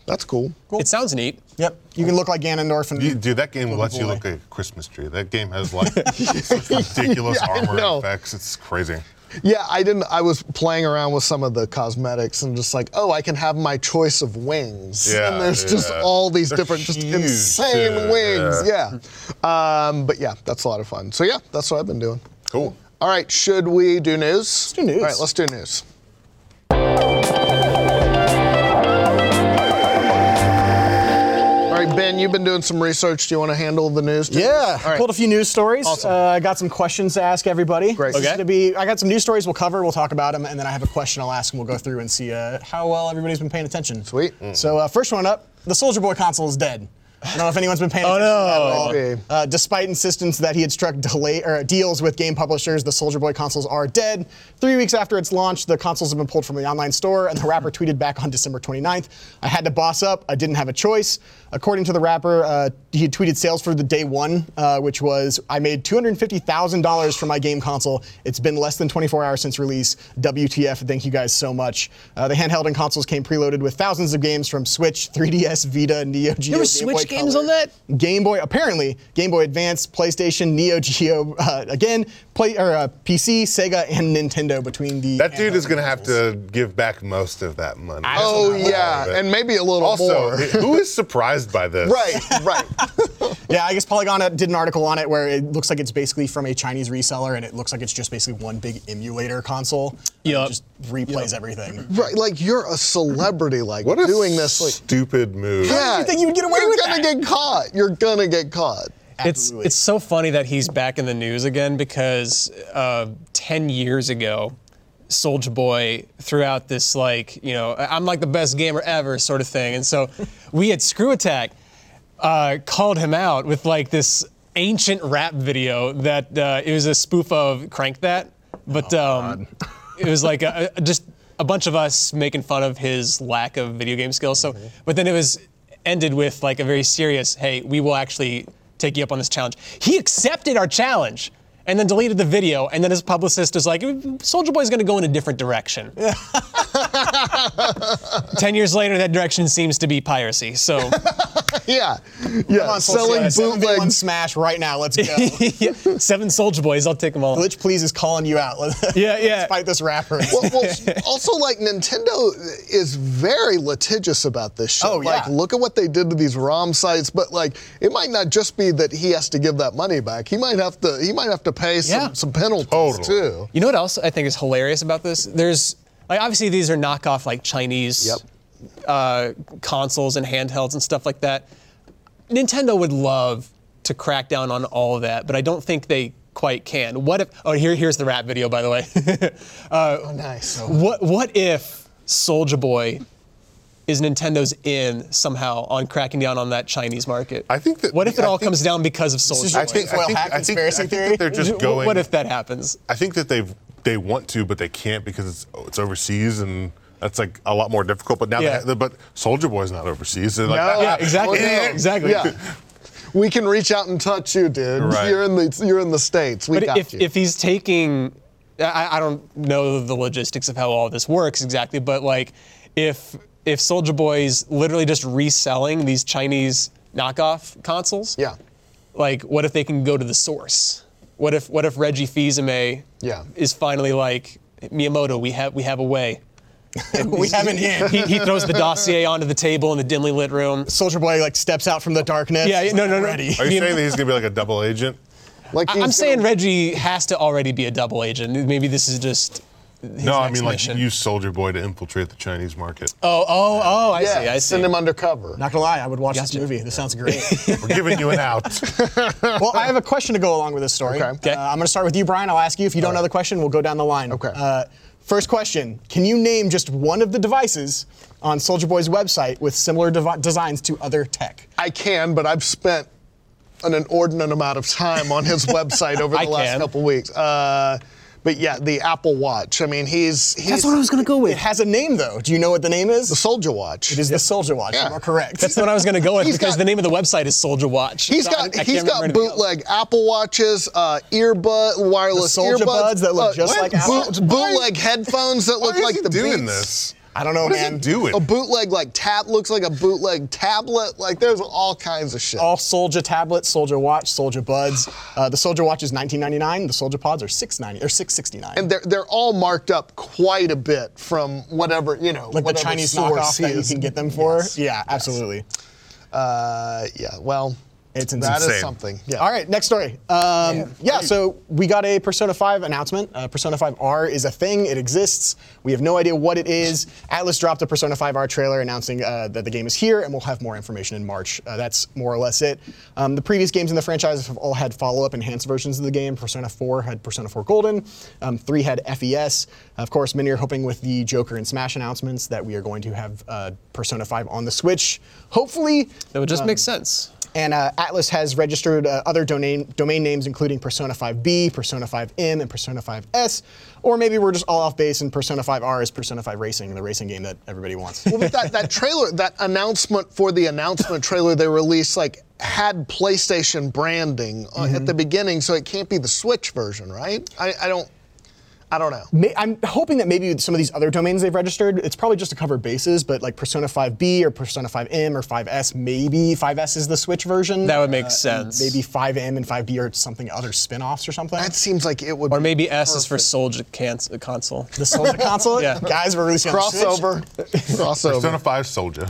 That's cool.
It sounds neat.
yep. You can look like Ganondorf and
You- Dude, that game lets you
boy.
look like a Christmas tree. That game has like such ridiculous
Yeah, I know.
armor effects. It's crazy.
Yeah, I didn't. I was playing around with some of the cosmetics and just like, oh, I can have my choice of wings.
Yeah,
and there's just
yeah.
all these
They're
different, just
huge,
insane
too,
wings. Yeah. Um, but yeah, that's a lot of fun. So yeah, that's what I've been doing.
Cool.
All right, should we do news? Let's
do news.
All right, let's do news. All right, Ben, you've been doing some research. Do you want to handle the news? today?
Yeah,
All right.
pulled a few news stories.
Awesome.
Uh, I got some questions to ask everybody.
Great.
This is
Okay.
gonna be- I got some news stories we'll cover. We'll talk about them, and then I have a question I'll ask, and we'll go through and see uh, how well everybody's been paying attention.
Sweet.
So uh, first one up, the Soldier Boy console is dead. I don't know if anyone's been paying
Oh,
attention.
no.
to that at all. Uh, despite insistence that he had struck delay or deals with game publishers, the Soldier Boy consoles are dead. Three weeks after its launch, the consoles have been pulled from the online store, and the rapper
Hmm.
tweeted back on December 29th, "I had to boss up. I didn't have a choice." According to the rapper, uh, he had tweeted sales for the day one, uh, which was, "I made $250,000 from my game console. It's been less than 24 hours since release. WTF? Thank you guys so much." Uh, the handheld and consoles came preloaded with thousands of games from Switch, 3DS, Vita, Neo Geo.
There were
Game
Switch
Boy
games
Color.
on that.
Game Boy, apparently Game Boy Advance, PlayStation, Neo Geo, uh, again, play or uh, PC, Sega, and Nintendo between the.
That dude is going to have to give back most of that money.
Oh
That's not
yeah,
all of it.
and maybe a little
also,
more.
who is surprised by this?
right, right.
Yeah, I guess Polygon uh, did an article on it where it looks like it's basically from a Chinese reseller, and it looks like it's just basically one big emulator console. Yeah,
Yup.
just replays everything.
Right, like you're a celebrity, like
What a
doing this, like
stupid move.
yeah.
think you would get away
you're
with
gonna
that?
get caught. You're gonna get caught.
It's it's so funny that he's back in the news again because uh, ten years ago, Soldier Boy threw out this like you know I'm like the best gamer ever sort of thing, and so we at Screw Attack uh, called him out with like this ancient rap video that uh, it was a spoof of Crank That, but um, it was like a, a- just a bunch of us making fun of his lack of video game skills. So, but then it was ended with like a very serious, "Hey, we will actually take you up on this challenge." He accepted our challenge. And then deleted the video, and then his publicist is like, Soldier Boy's gonna go in a different direction. Ten years later, that direction seems to be piracy. So
Yeah, yeah.
Come on,
Selling
one
bootlegs.
Smash right now. Let's go.
yeah, seven Soldier Boys. I'll take them all.
Glitch, please, is calling you out.
Yeah, yeah.
Let's fight this rapper.
well, well, s- also, like Nintendo is very litigious about this shit.
Oh, yeah.
Like, look at what they did to these ROM sites. But like, it might not just be that he has to give that money back. He might have to. He might have to pay some,
Yeah.
some penalties
Totally.
too.
You know what else I think is hilarious about this? There's like obviously these are knockoff like Chinese uh, consoles and handhelds and stuff like that. Nintendo would love to crack down on all of that, but I don't think they quite can. What if? Oh, here here's the rap video by the way.
Oh,
Nice.
what what if Soldier Boy? Is Nintendo's in somehow on cracking down on that Chinese market?
I think that-
What if it
I
all
think-
comes down because of
is
Soldier
I
Boy?
think, I
Foil
think,
hack
I think, I
conspiracy
think
theory?
that they're just going.
What if that happens?
I think that they've they want to, but they can't because it's it's overseas and that's like a lot more difficult. But now,
Yeah.
they, but Soldier Boy's not overseas. They're like, "Ah,
Yeah, exactly.
Well, no.
Exactly.
Yeah. We can reach out and touch you, dude.
Right.
You're in the you're in the states. We
But
got
if,
you.
if he's taking, I, I don't know the logistics of how all this works exactly, but like, if if Soldier Boy's literally just reselling these Chinese knockoff consoles,
yeah.
like, what if they can go to the source? What if what if Reggie Fils-Aimé
Yeah.
is finally like Miyamoto? We have we have a way.
we have an in.
he, he throws the dossier onto the table in the dimly lit room.
Soldier Boy like steps out from the darkness.
Yeah, yeah, no, no, no.
Ready.
Are you saying that he's gonna be like a double agent?
Like
I-
he's
I'm
gonna-
saying Reggie has to already be a double agent. Maybe this is just. His
no, I
next
mean like
mission.
use Soldier Boy to infiltrate the Chinese market.
Oh, oh, oh! I
yeah,
see. I see.
send him undercover.
Not gonna lie, I would watch
Gotcha.
this movie. This sounds great.
We're giving you an out.
well, I have a question to go along with this story.
Okay.
Okay.
Uh, I'm gonna start with you, Brian. I'll ask you. If you don't know the question, we'll go down the line.
Okay.
Uh, first question: Can you name just one of the devices on Soldier Boy's website with similar devi- designs to other tech?
I can, but I've spent an inordinate amount of time on his website over
I
the last
can.
couple weeks. Uh, but yeah, the Apple Watch. I mean, he's, he's
That's what I was gonna go with. It has a name though. Do you know what the name is?
the Soldier Watch.
It is the Soldier Watch.
Yeah.
You are correct.
That's what I was going to go with
He's
because
got-
the name of the website is Soldier Watch.
He's
So I- I
got
can't
he's
remember
got
anything else.
bootleg Apple watches, uh, earbud wireless
Soulja
earbuds Uh,
Buds that look just
what?
like Apple?
Boot- bootleg headphones that look
Why is
like
he
the
doing
Beats.
this?
I don't know,
What is
man.
he doing?
A bootleg like tab looks like a bootleg tablet. Like there's all kinds of shit.
all Soldier tablets, Soldier Watch, Soldier Buds. Uh, the Soldier Watch is 19.99. The Soldier Pods are 6.90 or 6.69.
and they're they're all marked up quite a bit from whatever you know,
like the
whatever
Chinese
source
knockoff
he
that you
is.
can get them for. Yeah, absolutely.
Uh, yeah, well,
It's
that is
insane.
insane.
something. Yeah.
All right, next story. Um, yeah. so we got a Persona 5 announcement. Uh, Persona 5R is a thing, it exists. We have no idea what it is. Atlas dropped a Persona 5R trailer announcing uh, that the game is here, and we'll have more information in March. Uh, that's more or less it. Um, the previous games in the franchise have all had follow up enhanced versions of the game. Persona 4 had Persona 4 Golden, um, 3 had FES. Of course, many are hoping with the Joker and Smash announcements that we are going to have uh, Persona 5 on the Switch. Hopefully,
That would
Um,
just make sense.
and uh, Atlas has registered uh, other domain, domain names, including Persona 5B, Persona 5M, and Persona 5S. Or maybe we're just all off base and Persona 5R is Persona 5 Racing, the racing game that everybody wants.
Well, but that, that trailer, that announcement for the announcement trailer they released, like had PlayStation branding uh,
Mm-hmm.
at the beginning, so it can't be the Switch version, right? I, I don't, I don't know.
May- I'm hoping that maybe some of these other domains they've registered, it's probably just to cover bases, but like Persona 5B or Persona 5M or 5S, maybe 5S is the Switch version.
That would
uh,
make sense.
Maybe 5M and 5B are something other spin offs or something.
That seems like it would.
or maybe S is for Soldier can- console.
the Soldier console?
Yeah.
Guys, we're releasing on the Switch.
crossover,
Persona
crossover.
5 Soldier.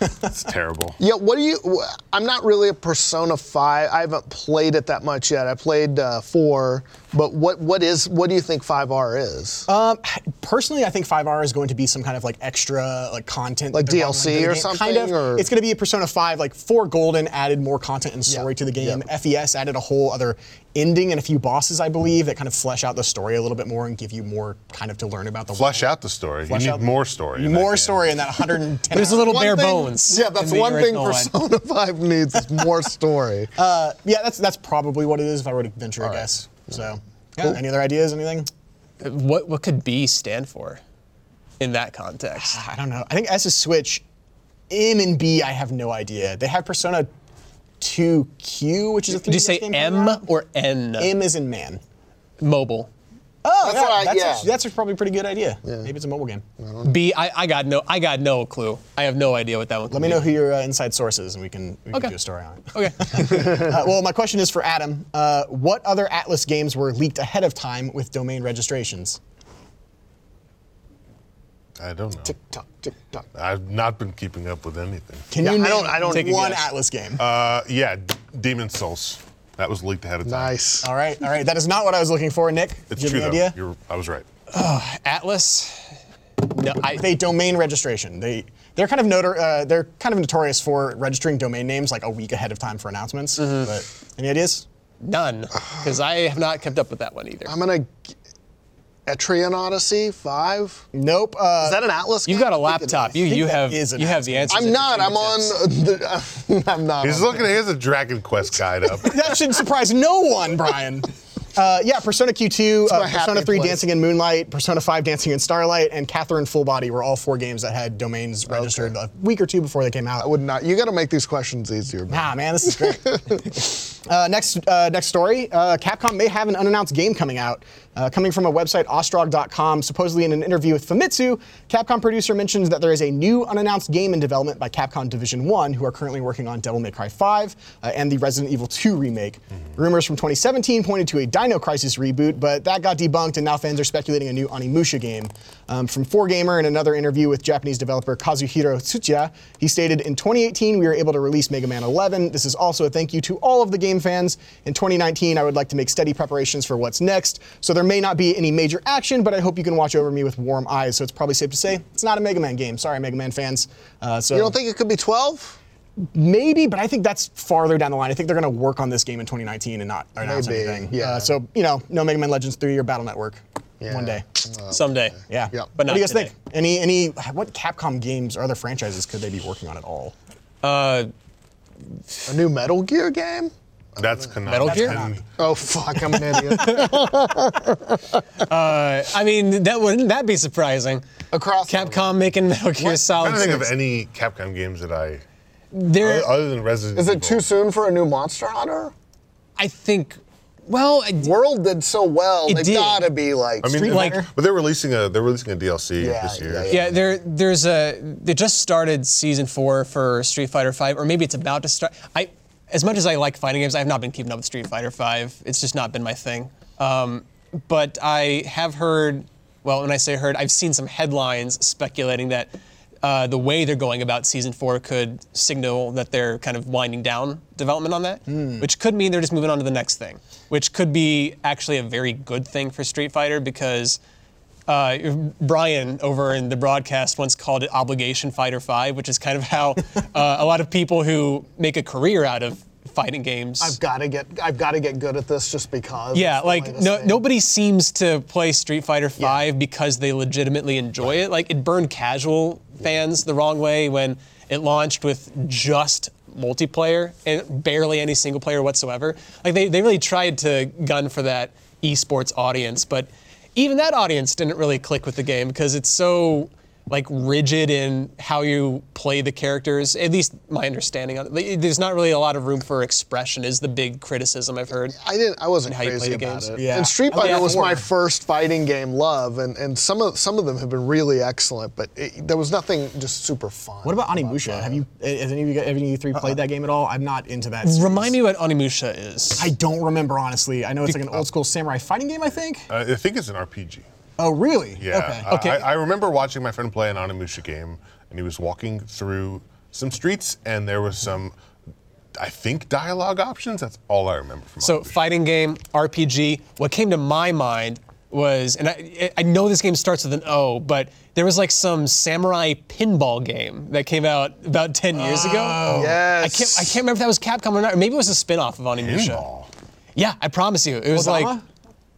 It's terrible.
Yeah, what do you? wh- I'm not really a Persona Five. I haven't played it that much yet. I played uh, four, but what what is what do you think Five R is?
Oh.
personally, I think 5R is going to be some kind of like extra like content,
Like
that they're bundling
DLC
into the
or
game.
something,
Kind of.
or-
It's going to be a Persona 5. Like 4 Golden added more content and story
Yeah,
to the game. FES added a whole other ending and a few bosses, I believe, that kind of flesh out the story a little bit more and give you more kind of to learn about the
Flesh out the story.
Flesh
you need
out-
more story. in that
more
game.
story in that 110.
There's a little
One
bare
thing-
bones.
Yeah, that's
in the
one thing
original one.
Persona Five needs is more story.
Uh, yeah, that's that's probably what it is if I were to venture a guess. So, yeah, any other ideas? Anything?
What what could B stand for in that context?
I don't know. I think S is Switch. M and B, I have no idea. They have Persona 2Q, which is a
Did you
3DS
say
game coming
M
out.
or N?
M is in man.
Mobile.
Oh,
That's what I-
that's,
yeah.
a, that's a probably pretty good idea. Maybe it's a mobile game.
B. I, I got no. I got no clue. I have no idea what that one.
Let me know who your uh, inside source is, and we can, we can
Okay.
do a story on it.
Okay.
Uh, well, my question is for Adam. Uh, what other Atlas games were leaked ahead of time with domain registrations?
I don't know.
Tuck, tick, tuck.
I've not been keeping up with anything.
Can
Yeah,
you
I
name
don't- I don't- Take a
one
guess.
Atlas game?
Uh, yeah, D- Demon Souls. That was leaked ahead of time.
nice.
all right, all right. That is not what I was looking for, Nick.
It's
do you
true,
have
though.
any idea?
You're, I was right.
Atlas. No. I,
They domain registration. They they're kind of notor- uh, they're kind of notorious for registering domain names like a week ahead of time for announcements. But any ideas?
none. Because I have not kept up with that one either.
I'm gonna. g- Etrian Odyssey Five.
Nope. Uh,
Is that an Atlas?
You've
game?
got a
I'm thinking of-
laptop. You you
that
have
is an
you have the answers. at
I'm
your
not. I'm on.
fingertips.
The, I'm not.
He's
on
looking. He has a Dragon Quest guide up.
that should surprise no one, Brian. Uh, yeah, Persona Q2, uh,
my happy
Persona 3
place.
Dancing in Moonlight, Persona 5 Dancing in Starlight, and Catherine Full Body were all four games that had domains registered a week or two before they came out.
Would not. You got to make these questions easier. bro.
Nah, man, this is great. Uh, next, uh, next story. Uh, Capcom may have an unannounced game coming out. Uh, coming from a website, ostrog.com, supposedly in an interview with Famitsu, Capcom producer mentions that there is a new unannounced game in development by Capcom Division 1, who are currently working on Devil May Cry 5 uh, and the Resident Evil 2 remake. Rumors from 2017 pointed to a Dino Crisis reboot, but that got debunked, and now fans are speculating a new Onimusha game. Um, from 4Gamer, in another interview with Japanese developer Kazuhiro Tsuchiya, he stated, In 2018, we were able to release Mega Man 11. This is also a thank you to all of the game fans. In 2019, I would like to make steady preparations for what's next. So there may not be any major action, but I hope you can watch over me with warm eyes. So it's probably safe to say it's not a Mega Man game. Sorry, Mega Man fans. Uh, so
You don't think it could be 12?
maybe, but I think that's farther down the line. I think they're going to work on this game in 2019 and not announce
Maybe,
anything.
yeah.
Uh, so you know, no Mega Man Legends 3 or Battle Network. One day.
someday.
Yeah.
Yep.
But
what do
not
you guys
today.
think? Any any what Capcom games or other franchises could they be working on at all?
Uh,
A new Metal Gear game?
That's Konami.
Metal Gear?
And-
Oh, fuck, I'm an idiot.
Uh, I mean, that wouldn't that be surprising?
Across
Capcom making Metal Gear
I
Solid
don't think of
6.
any Capcom games that I,
There,
other than Resident
Is
Evil.
it too soon for a new Monster Hunter?
I think. Well, I,
World did so well.
It
They've
did.
got to be like.
I mean,
Street
like,
Fighter?
but they're releasing a they're releasing a DLC
Yeah,
this year.
yeah,
Yeah, there, there's a. They just started season four for Street Fighter Five, or maybe it's about to start. I, as much as I like fighting games, I have not been keeping up with Street Fighter Five. It's just not been my thing. Um, but I have heard. Well, when I say heard, I've seen some headlines speculating that uh, the way they're going about season four could signal that they're kind of winding down development on that, which could mean they're just moving on to the next thing, which could be actually a very good thing for Street Fighter because uh, Brian over in the broadcast once called it Obligation Fighter 5, which is kind of how uh, a lot of people who make a career out of fighting games.
I've got to get. I've got to get good at this just because.
yeah,
it's the
like
latest
no,
thing.
nobody seems to play Street Fighter 5 because they legitimately enjoy it. Like it burned casual fans the wrong way when it launched with just multiplayer and barely any single player whatsoever. Like they, they really tried to gun for that esports audience, but even that audience didn't really click with the game because it's so like rigid in how you play the characters. At least my understanding on it. Like, There's not really a lot of room for expression is the big criticism I've heard.
I didn't. I wasn't
how you
crazy
play the
about
games.
it.
Yeah.
And Street
I like
Fighter was my
four.
first fighting game love, and, and some of some of them have been really excellent, but it, there was nothing just super fun.
What about Animusha? Have you has any of you, guys- have any of you 3
Uh-uh.
played that game at all? I'm not into that. series.
Remind me what Onimusha is.
I don't remember honestly. I know it's like an
Oh.
old school samurai fighting game. I think.
Uh, I think it's an RPG.
Oh really?
Yeah.
Okay.
Oh,
I, I, I remember watching my friend play an Onimusha game, and he was walking through some streets, and there was some, I think, dialogue options. That's all I remember from.
so
Onimusha.
fighting game, RPG. What came to my mind was, and I, I know this game starts with an O, but there was like some samurai pinball game that came out about 10 years ago.
Oh.
yes.
I can't, I can't remember if that was Capcom or not. Or maybe it was a spin-off of Onimusha.
Pinball.
Yeah, I promise you. It was like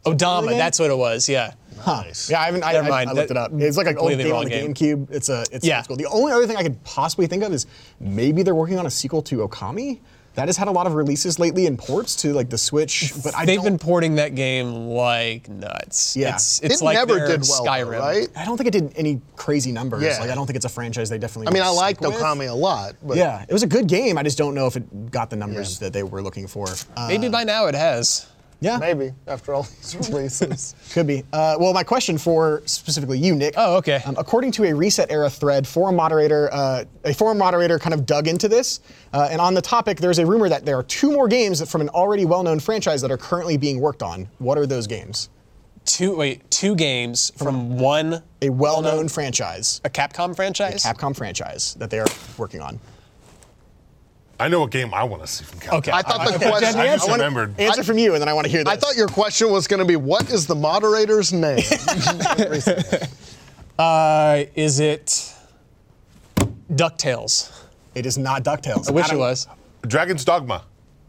Odama?
Odama. That's what it was. Yeah.
Nice.
Yeah, I haven't. I,
Never
I-
mind.
I looked
That-
it up. It's like an old
completely
game
wrong
on the
game.
GameCube. It's a. It's
Yeah.
old school. The only other thing I could possibly think of is maybe they're working on a sequel to Okami. That has had a lot of releases lately in ports to like the Switch, but I
They've
don't.
been porting that game like nuts.
Yeah.
It's, it's
it
like
never
their
did well, though,
Skyrim.
right?
I don't think it did any crazy numbers.
Yeah.
Like I don't think it's a franchise they definitely.
I mean, I
wanna
liked
stick with.
Okami a lot, but
Yeah, it was a good game. I just don't know if it got the numbers that they were looking for. Uh,
Maybe by now it has.
yeah,
maybe after all these releases,
Could be. Uh, well, my question for specifically you, Nick.
Oh, okay.
Um, according to a Reset Era thread, forum moderator, uh, a forum moderator kind of dug into this, uh, and on the topic, there's a rumor that there are two more games from an already well-known franchise that are currently being worked on. What are those games?
Two wait, two games from one
A well-known franchise,
a Capcom franchise.
Capcom franchise that they are working on.
I know what game I want to see from Capcom.
Okay.
I thought the
I
question.
just
I wanna-
remembered.
Answer from you, and then I want to hear this.
I thought your question was going to be, "What is the moderator's name?"
Uh, is it DuckTales?
it is not Ducktales.
I wish
Adam-
it was.
Dragon's Dogma.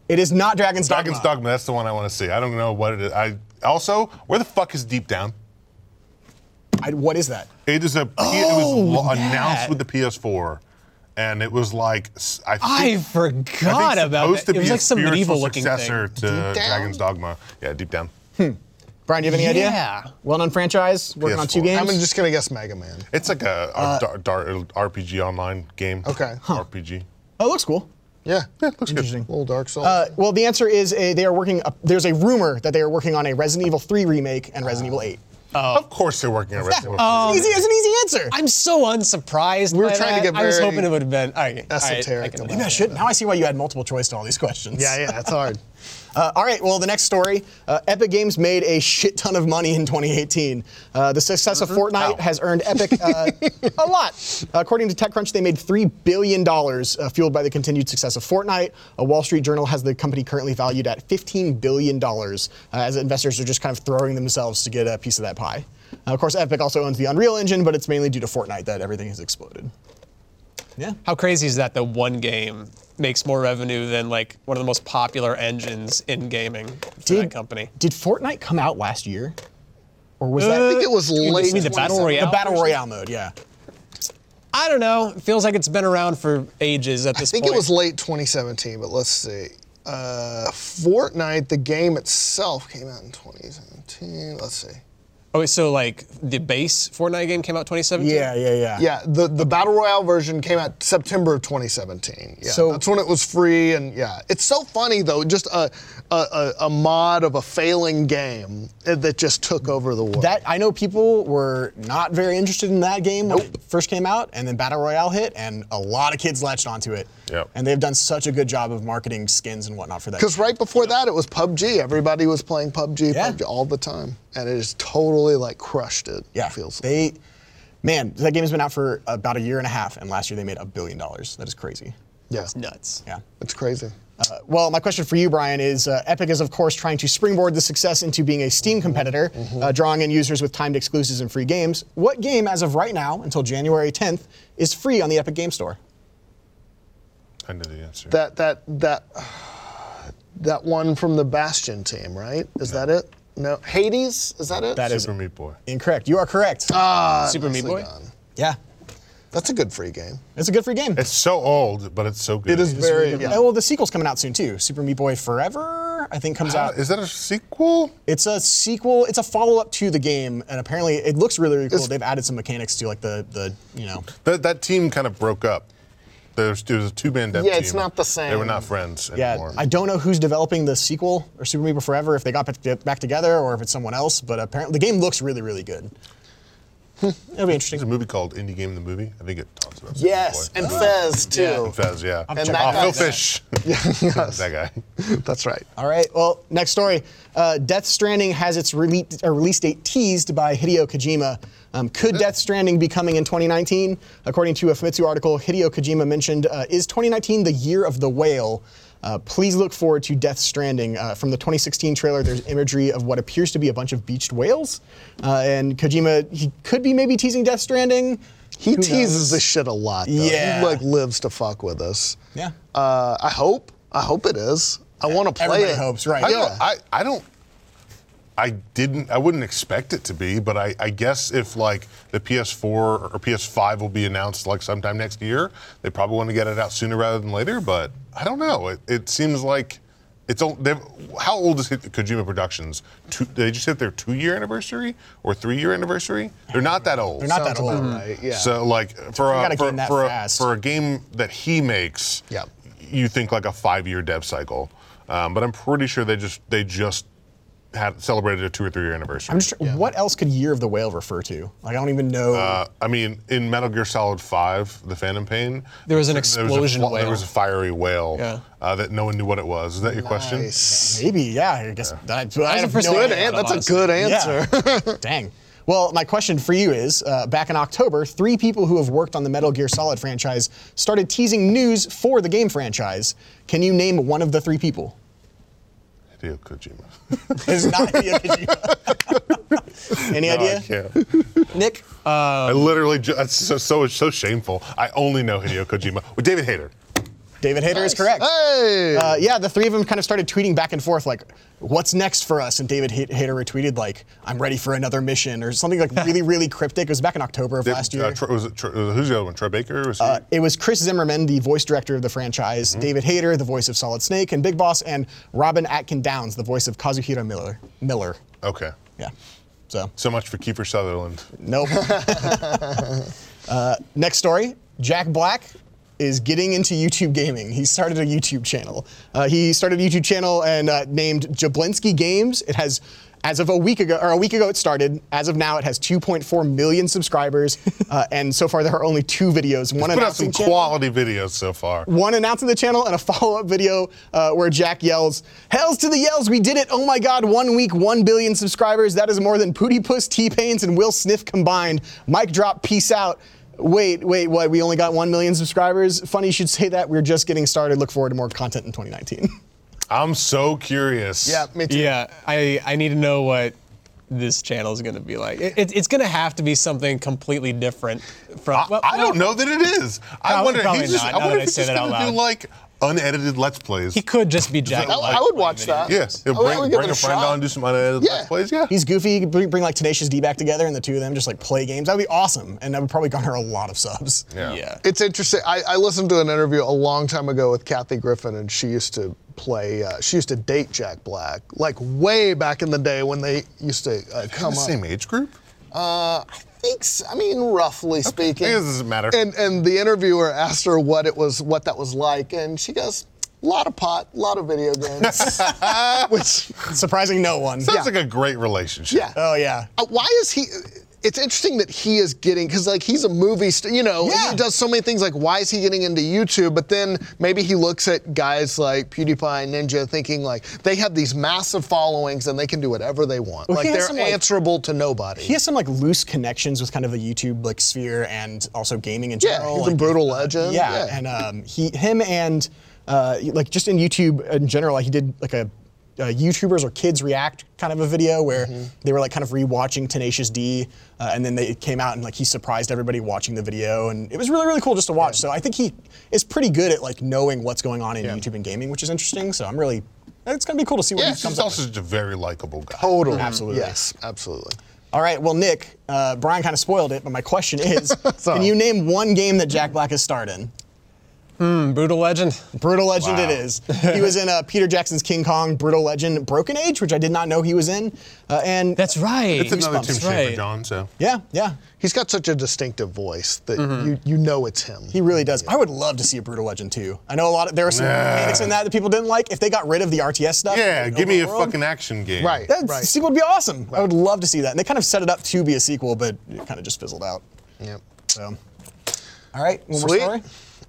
It is not Dragon's Dogma.
Dragon's Dogma. That's the one I want to see. I don't know what it is. I also, where the fuck is Deep Down?
I- what is that?
It is a. it was lo-
Oh, that.
announced with the PS4, and it was like s- I. Think,
I
think
forgot about
supposed
that.
to
It was
be a
like some
spiritual
medieval looking
successor
thing.
to
Down?
Dragon's Dogma. Yeah, Deep Down.
Brian, do you have any idea?
Yeah.
Well-known franchise working on two
PS4.
games.
I'm just going to guess Mega Man.
Uh,
It's like a, a dar- dar- RPG online game.
Okay.
RPG.
oh, it looks cool.
Yeah.
Yeah, looks good.
Interesting. A little Dark Souls.
Uh, well, the answer is uh, they are working. up there's a rumor that they are working on a Resident Evil 3 remake and Resident Evil 8.
Uh,
Of course they're working on Resident Evil.
easy, it's an easy answer.
I'm so unsurprised.
We were
by
trying to
that.
get
I was
very
hoping it would have been all right, All right, I
esoteric
can-
about
Maybe I should. Now I see why you had multiple choice to all these questions.
yeah, yeah, that's hard.
Uh, all right, well, the next story uh, Epic Games made a shit ton of money in 2018. Uh, the success of Fortnite
Wow.
has earned Epic uh, a lot. According to TechCrunch, they made $3 billion uh, fueled by the continued success of Fortnite. A Wall Street Journal has the company currently valued at $15 billion uh, as investors are just kind of throwing themselves to get a piece of that pie. Uh, of course, Epic also owns the Unreal Engine, but it's mainly due to Fortnite that everything has exploded. Yeah.
How crazy is that? That one game makes more revenue than like one of the most popular engines in gaming for that company.
Did Fortnite come out last year? Or was that.
Uh,
I think it was late.
You mean the battle
27.
royale?
The battle
version?
royale mode, yeah.
I don't know. It feels like it's been around for ages at
I
this
think
point.
it was late 2017, but let's see. Uh, Fortnite, the game itself, came out in 2017. Let's see.
Oh, wait, so like the base Fortnite game came out 2017.
Yeah, yeah, yeah.
Yeah, the, the battle royale version came out September of 2017. Yeah,
So-
that's when it was free, and yeah, it's so funny though. Just a a, a, a mod of a failing game that just took over the world.
That I know people were not very interested in that game when it first came out, and then Battle Royale hit, and a lot of kids latched onto it.
Yep.
And they've done such a good job of marketing skins and whatnot for that.
Because
game.
right before that, it was PUBG. Everybody was playing PUBG,
Yeah.
PUBG all the time, and it just totally like crushed it.
yeah,
it feels. like.
they, man, that game has been out for about a year and a half, and last year they made a billion dollars. That is crazy.
Yeah,
Nuts.
Yeah.
it's crazy.
Uh, well, my question for you, Brian, is uh, Epic is, of course, trying to springboard the success into being a Steam competitor, uh, drawing in users with timed exclusives and free games. What game, as of right now, until January 10th, is free on the Epic Game Store?
I know the answer.
That that that that one from the Bastion team, right? Is that it? No, Hades. Is that it? Ah,
That is
Super Meat Boy.
incorrect. You are correct.
Super Meat Boy.
yeah.
That's a good free game.
It's a good free game.
It's so old, but it's so good.
It is very.
Oh, well, the sequel's coming out soon too. Super Meat Boy Forever, I think, comes
Uh,
out.
Is that a sequel?
It's a sequel. It's a follow-up to the game, and apparently, it looks really, really cool. They've added some mechanics to like the the you know.
That, that team kind of broke up. There's, there was a two-man dev
Yeah, it's
team.
not the
They were
same.
not friends
Yeah,
anymore.
I don't know who's developing the sequel or Super Meat Boy Forever if they got back- back together or if it's someone else. But apparently, the game looks really, really good. Hmm, It'll be
There's a
interesting.
movie called Indie Game the Movie. I think it talks about Super
Yes,
Meat
and
Boy.
Fez too.
And Fez, yeah. And
checking out
Phil
that.
Fish. that guy.
That's right.
All right. Well, next story. Uh, Death Stranding has its release, uh, release date teased by Hideo Kojima. Um, could Death Stranding be coming in 2019? According to a Famitsu article, Hideo Kojima mentioned, uh, "Is 2019 the year of the whale?" Uh, please look forward to Death Stranding. Uh, from the 2016 trailer, there's imagery of what appears to be a bunch of beached whales, uh, and Kojima he could be maybe teasing Death Stranding.
He
Who
teases
knows?
this shit a lot. Though.
Yeah.
He like lives to fuck with us.
Yeah.
Uh, I hope. I hope it is. I want to play
Everybody
it.
hopes, right?
I,
yeah.
don't, I, I don't. I didn't. I wouldn't expect it to be, but I, I guess if like the PS4 or PS5 will be announced like sometime next year, they probably want to get it out sooner rather than later. But I don't know. It, it seems like it's old. they've- How old is Kojima Productions? Two, they just hit their two-year anniversary or three-year anniversary. They're not that old.
They're not
Sounds
that old.
about right. Yeah.
So like for
got
a,
a
for,
game that
for, a,
fast.
for a game that he makes,
Yeah.
you think like a five-year dev cycle. Um, but I'm pretty sure they just they just had celebrated a two or three-year anniversary.
I'm just. What else could Year of the Whale refer to? Like I don't even know.
uh, I mean, in Metal Gear Solid Five, the Phantom Pain,
There was an
was a
explosion
fl- There
whale.
was a fiery whale
Yeah.
uh, that no one knew what it was. Is that your question?
Nice.
Maybe, yeah. I guess that, I
the
have
first
no
Good
thing I
idea.
Yeah,
an- That's
honestly.
a good
Yeah.
answer.
Dang. Well, my question for you is: uh, Back in October, three people who have worked on the Metal Gear Solid franchise started teasing news for the game franchise. Can you name one of the three people?
Hideo Kojima.
It's not Hideo Kojima. Any
No,
idea?
I can't.
Nick.
Uh,
I literally ju- that's so, so so shameful. I only know Hideo Kojima. Well, David Hayter.
David Hayter is correct.
Hey.
Uh, yeah, the three of them kind of started tweeting back and forth, like, "What's next for us?" And David Hay- Hayter retweeted, like, "I'm ready for another mission," or something like really, really cryptic. It was back in October of last year.
Uh, Troy- was it, Troy- who's the other one? Troy Baker? Was he-
It was Chris Zimmerman, the voice director of the franchise,
Mm-hmm.
David Hayter, the voice of Solid Snake and Big Boss, and Robin Atkin Downs, the voice of Kazuhiro Miller. Miller.
Okay.
Yeah. So,
So much for Kiefer Sutherland.
nope. uh, next story Jack Black is getting into YouTube gaming. He started a YouTube channel. Uh, he started a YouTube channel and uh, named Jablinski Games. It has, as of a week ago, or a week ago it started. As of now, it has 2.4 million subscribers. uh, and so far, there are only two videos. One
Put out some
announcing channel-
quality videos so far.
one announcing the channel and a follow-up video uh, where Jack yells, "Hells to the yells! We did it! Oh my God! One week, one billion subscribers. That is more than Pootie Puss, T Pains, and Will Sniff combined. Mic drop. Peace out." Wait, wait, what? We only got one million subscribers. Funny you should say that. We're just getting started. Look forward to more content in 2019.
I'm so curious.
Yeah, me too.
Yeah, I, I need to know what this channel is going to be like. It, it- it's going to have to be something completely different from.
I,
well,
I don't
well,
know that it is. I
Probably-
wonder.
probably
He's just,
not,
I
now
wonder
that I
if he's
say
just
that out
gonna do
loud.
like unedited let's plays.
He could just be Jack.
I- I
Black
would
playing
watch that.
videos.
yeah, he'll
I would
bring,
Oh, give
bring
it
a,
a
friend
shot.
on, do some unedited
Yeah.
let's plays. Yeah,
He's goofy. You could bring, bring like Tenacious D back together and the two of them just like play games. That would be awesome, and that would probably garner a lot of subs.
yeah.
Yeah.
It's interesting. I, I listened to an interview a long time ago with Kathy Griffin, and she used to play. Uh, she used to date Jack Black, like way back in the day when they used to uh,
The
come up.
same age group.
think s- I mean, roughly speaking.
I guess it doesn't matter.
And and the interviewer asked her what it was, what that was like, and she goes, "A lot of pot, a lot of video games." Which,
Surprising no one.
Sounds
Yeah.
like a great relationship.
yeah.
Oh yeah.
Uh, why is he? It's interesting that he is getting because like he's a movie star, you know,
Yeah.
he does so many things. Like, why is he getting into YouTube? But then maybe he looks at guys like PewDiePie and Ninja, thinking like they have these massive followings and they can do whatever they want.
Well,
like
he has
they're
some, like-
answerable to nobody.
he has some like loose connections with kind of the YouTube like sphere and also gaming in
Yeah,
general.
he's a
like,
brutal
uh,
legend,
Yeah,
yeah.
and um, he, him, and uh, like just in YouTube in general, like he did like a. Uh, YouTubers or kids react kind of a video where
Mm-hmm.
they were like kind of rewatching Tenacious D, uh, and then they came out and like he surprised everybody watching the video, and it was really really cool just to watch. So I think he is pretty good at like knowing what's going on in YouTube and gaming, which is interesting. So I'm really, it's gonna be cool to see what
Yeah,
he comes
he's
up
also just a very likable guy.
Totally. Absolutely.
Yes, absolutely.
All right, well, Nick, uh, Brian kind of spoiled it, but my question is can
Sorry.
you name one game that Jack Black has starred in?
Brutal Legend.
Brutal Legend it
Wow.
is. He was in uh, Peter Jackson's King Kong, Brutal Legend, Broken Age, which I did not know he was in. Uh, and
That's right.
It's another Tim
That's
Schafer,
right.
John. So
yeah, yeah,
He's got such a distinctive voice that you you know it's him.
Mm-hmm. he really does. I would love to see a Brutal Legend too. I know a lot of, there are some
Nah.
mechanics in that that people didn't like. If they got rid of the RTS stuff,
yeah,
and
give me a
overworld,
fucking action game.
Right.
That sequel would be awesome. I would love to see that. And they kind of set it up to be a sequel, but it kind of just fizzled out.
Yep.
So, all right, one
Sweet.
more story.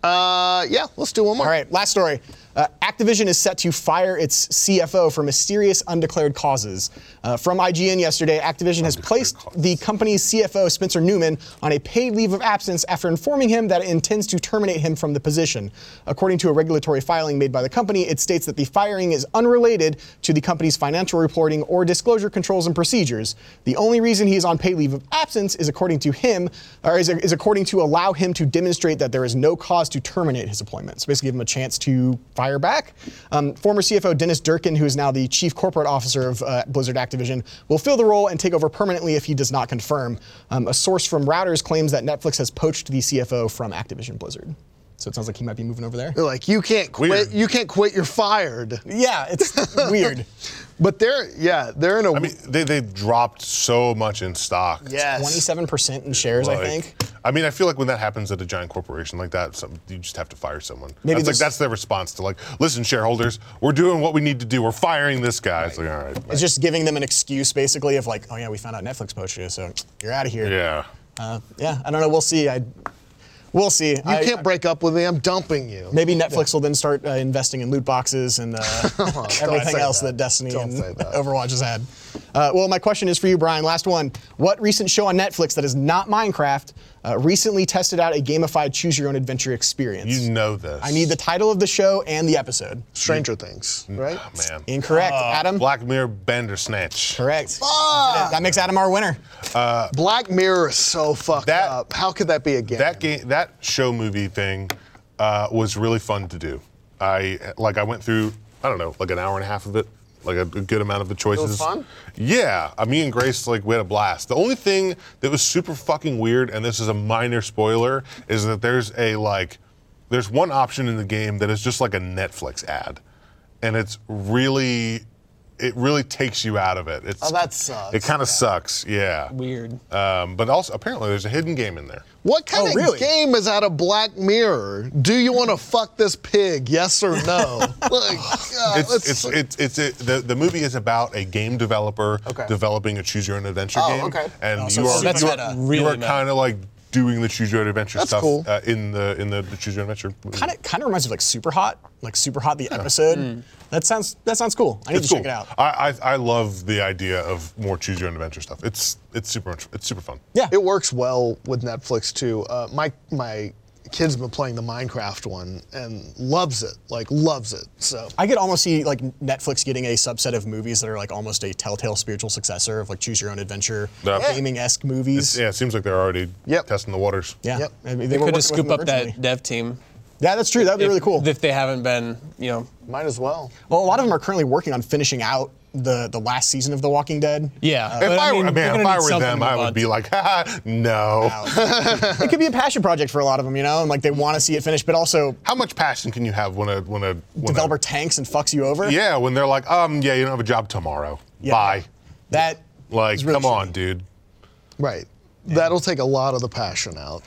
Uh, yeah, let's do one more.
All right, last story. Uh, Activision is set to fire its CFO for mysterious undeclared causes. Uh, from IGN yesterday, Activision has placed the company's CFO, Spencer Newman, on a paid leave of absence after informing him that it intends to terminate him from the position. According to a regulatory filing made by the company, it states that the firing is unrelated to the company's financial reporting or disclosure controls and procedures. The only reason he is on paid leave of absence is according to him, or is, is according to allow him to demonstrate that there is no cause to terminate his appointment. So basically, give him a chance to fire back. Um, former CFO Dennis Durkin, who is now the chief corporate officer of uh, Blizzard Activision, will fill the role and take over permanently if he does not confirm. Um, a source from Routers claims that Netflix has poached the CFO from Activision Blizzard. So it sounds like he might be moving over there.
They're like, you can't quit.
Weird.
You can't quit. You're fired.
Yeah, it's weird.
But they're yeah, they're in a.
I mean, they they dropped so much in stock.
yes.
27% in shares, I
Like,
think.
I mean, I feel like when that happens at a giant corporation like that, some, you just have to fire someone.
Maybe
that's like
this-
that's their response to like, listen, shareholders, we're doing what we need to do. We're firing this guy. It's like, all right,
It's just giving them an excuse, basically, of like, oh yeah, we found out Netflix poached you, so you're out of here.
yeah.
Uh, yeah, I don't know. We'll see. I, we'll see.
You can't break up with me. I'm dumping you.
maybe Netflix will then start uh, investing in loot boxes and uh, everything
Oh, say
else that,
that.
Destiny
Don't
and
say that.
Overwatch has had. Uh, well, my question is for you, Brian. Last one. What recent show on Netflix that is not Minecraft uh, recently tested out a gamified choose-your-own-adventure experience?
You know this.
I need the title of the show and the episode.
Stranger Things,
Mm,
Uh, right?
oh,
man.
Incorrect, Adam.
Black Mirror Bandersnatch.
Correct. That makes Adam our winner.
Black Mirror is so fucked
That-
up. How could that be a game?
That game, that show movie thing, uh, was really fun to do. I like I went through I don't know like an hour and a half of it, like a, good amount of the choices.
fun?
Yeah, uh, me and Grace like we had a blast. The only thing that was super fucking weird, and this is a minor spoiler, is that there's a like there's one option in the game that is just like a Netflix ad, and it's really it really takes you out of it. It's,
Oh, that sucks.
It kind of sucks, yeah.
Weird.
Um, but also, apparently, there's a hidden game in there.
What kind
Oh,
of
really?
game is out of Black Mirror? Do you want to fuck this pig? Yes or no? like, God,
It's
Uh, let's-
it's it's, it's it, the the movie is about a game developer
Okay.
developing a choose your own adventure
Oh,
game,
okay.
and
Oh, so
you
it's
are
super
you
meta.
are,
Really meta.
kind of like doing the choose your own adventure
That's
stuff
cool.
uh, in the in the, the choose your own adventure. movie.
Kind of kind of reminds me of like Super Hot, like Super Hot the episode. That sounds that sounds cool. I need
It's
to
cool. Uh,
check it out.
I, I I love the idea of more choose your own adventure stuff. It's it's super much- it's super fun.
yeah.
It works well with Netflix too. Uh, my my kid's been playing the Minecraft one and loves it. Like loves it. So
I could almost see like Netflix getting a subset of movies that are like almost a telltale spiritual successor of like choose your own adventure,
Yeah.
gaming esque movies.
Yeah, it seems like they're already
Yep.
testing the waters.
Yeah,
Yep.
I mean,
They
were
could
working
just
with
scoop
them
up that
originally.
dev team.
Yeah, that's true. That'd be
if-
really cool.
If they haven't been, you know.
might as well.
well, a lot of them are currently working on finishing out the the last season of The Walking Dead.
Yeah.
If
but
I, were-
mean, they're gonna
man, if I
need
were
something
them,
to
I
move
would
on
be
to.
like, "Ha, ha, no.
it could be a passion project for a lot of them, you know, and like they want to see it finished, but also
How much passion can you have when a when a when a-
developer tanks and fucks you over.
Yeah, when they're like, um, yeah, you don't have a job tomorrow.
Yeah.
Bye.
that
Like,
is really
come on,
shitty.
dude.
Right. That'll take a lot of the passion out.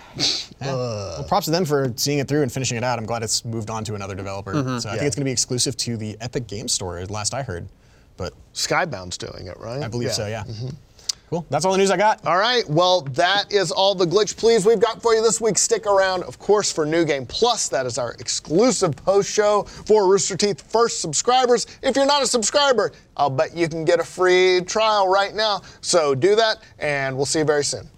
Well, props to them for seeing it through and finishing it out. I'm glad it's moved on to another developer. So I think it's going to be exclusive to the Epic Game Store, last I heard, but
Skybound's doing it, right?
I believe so. Yeah. Cool. That's all the news I got.
All right, well, that is all the glitch please we've got for you this week. Stick around, of course, for New Game Plus. That is our exclusive post show for Rooster Teeth first subscribers. If you're not a subscriber, I'll bet you can get a free trial right now. So do that, and we'll see you very soon.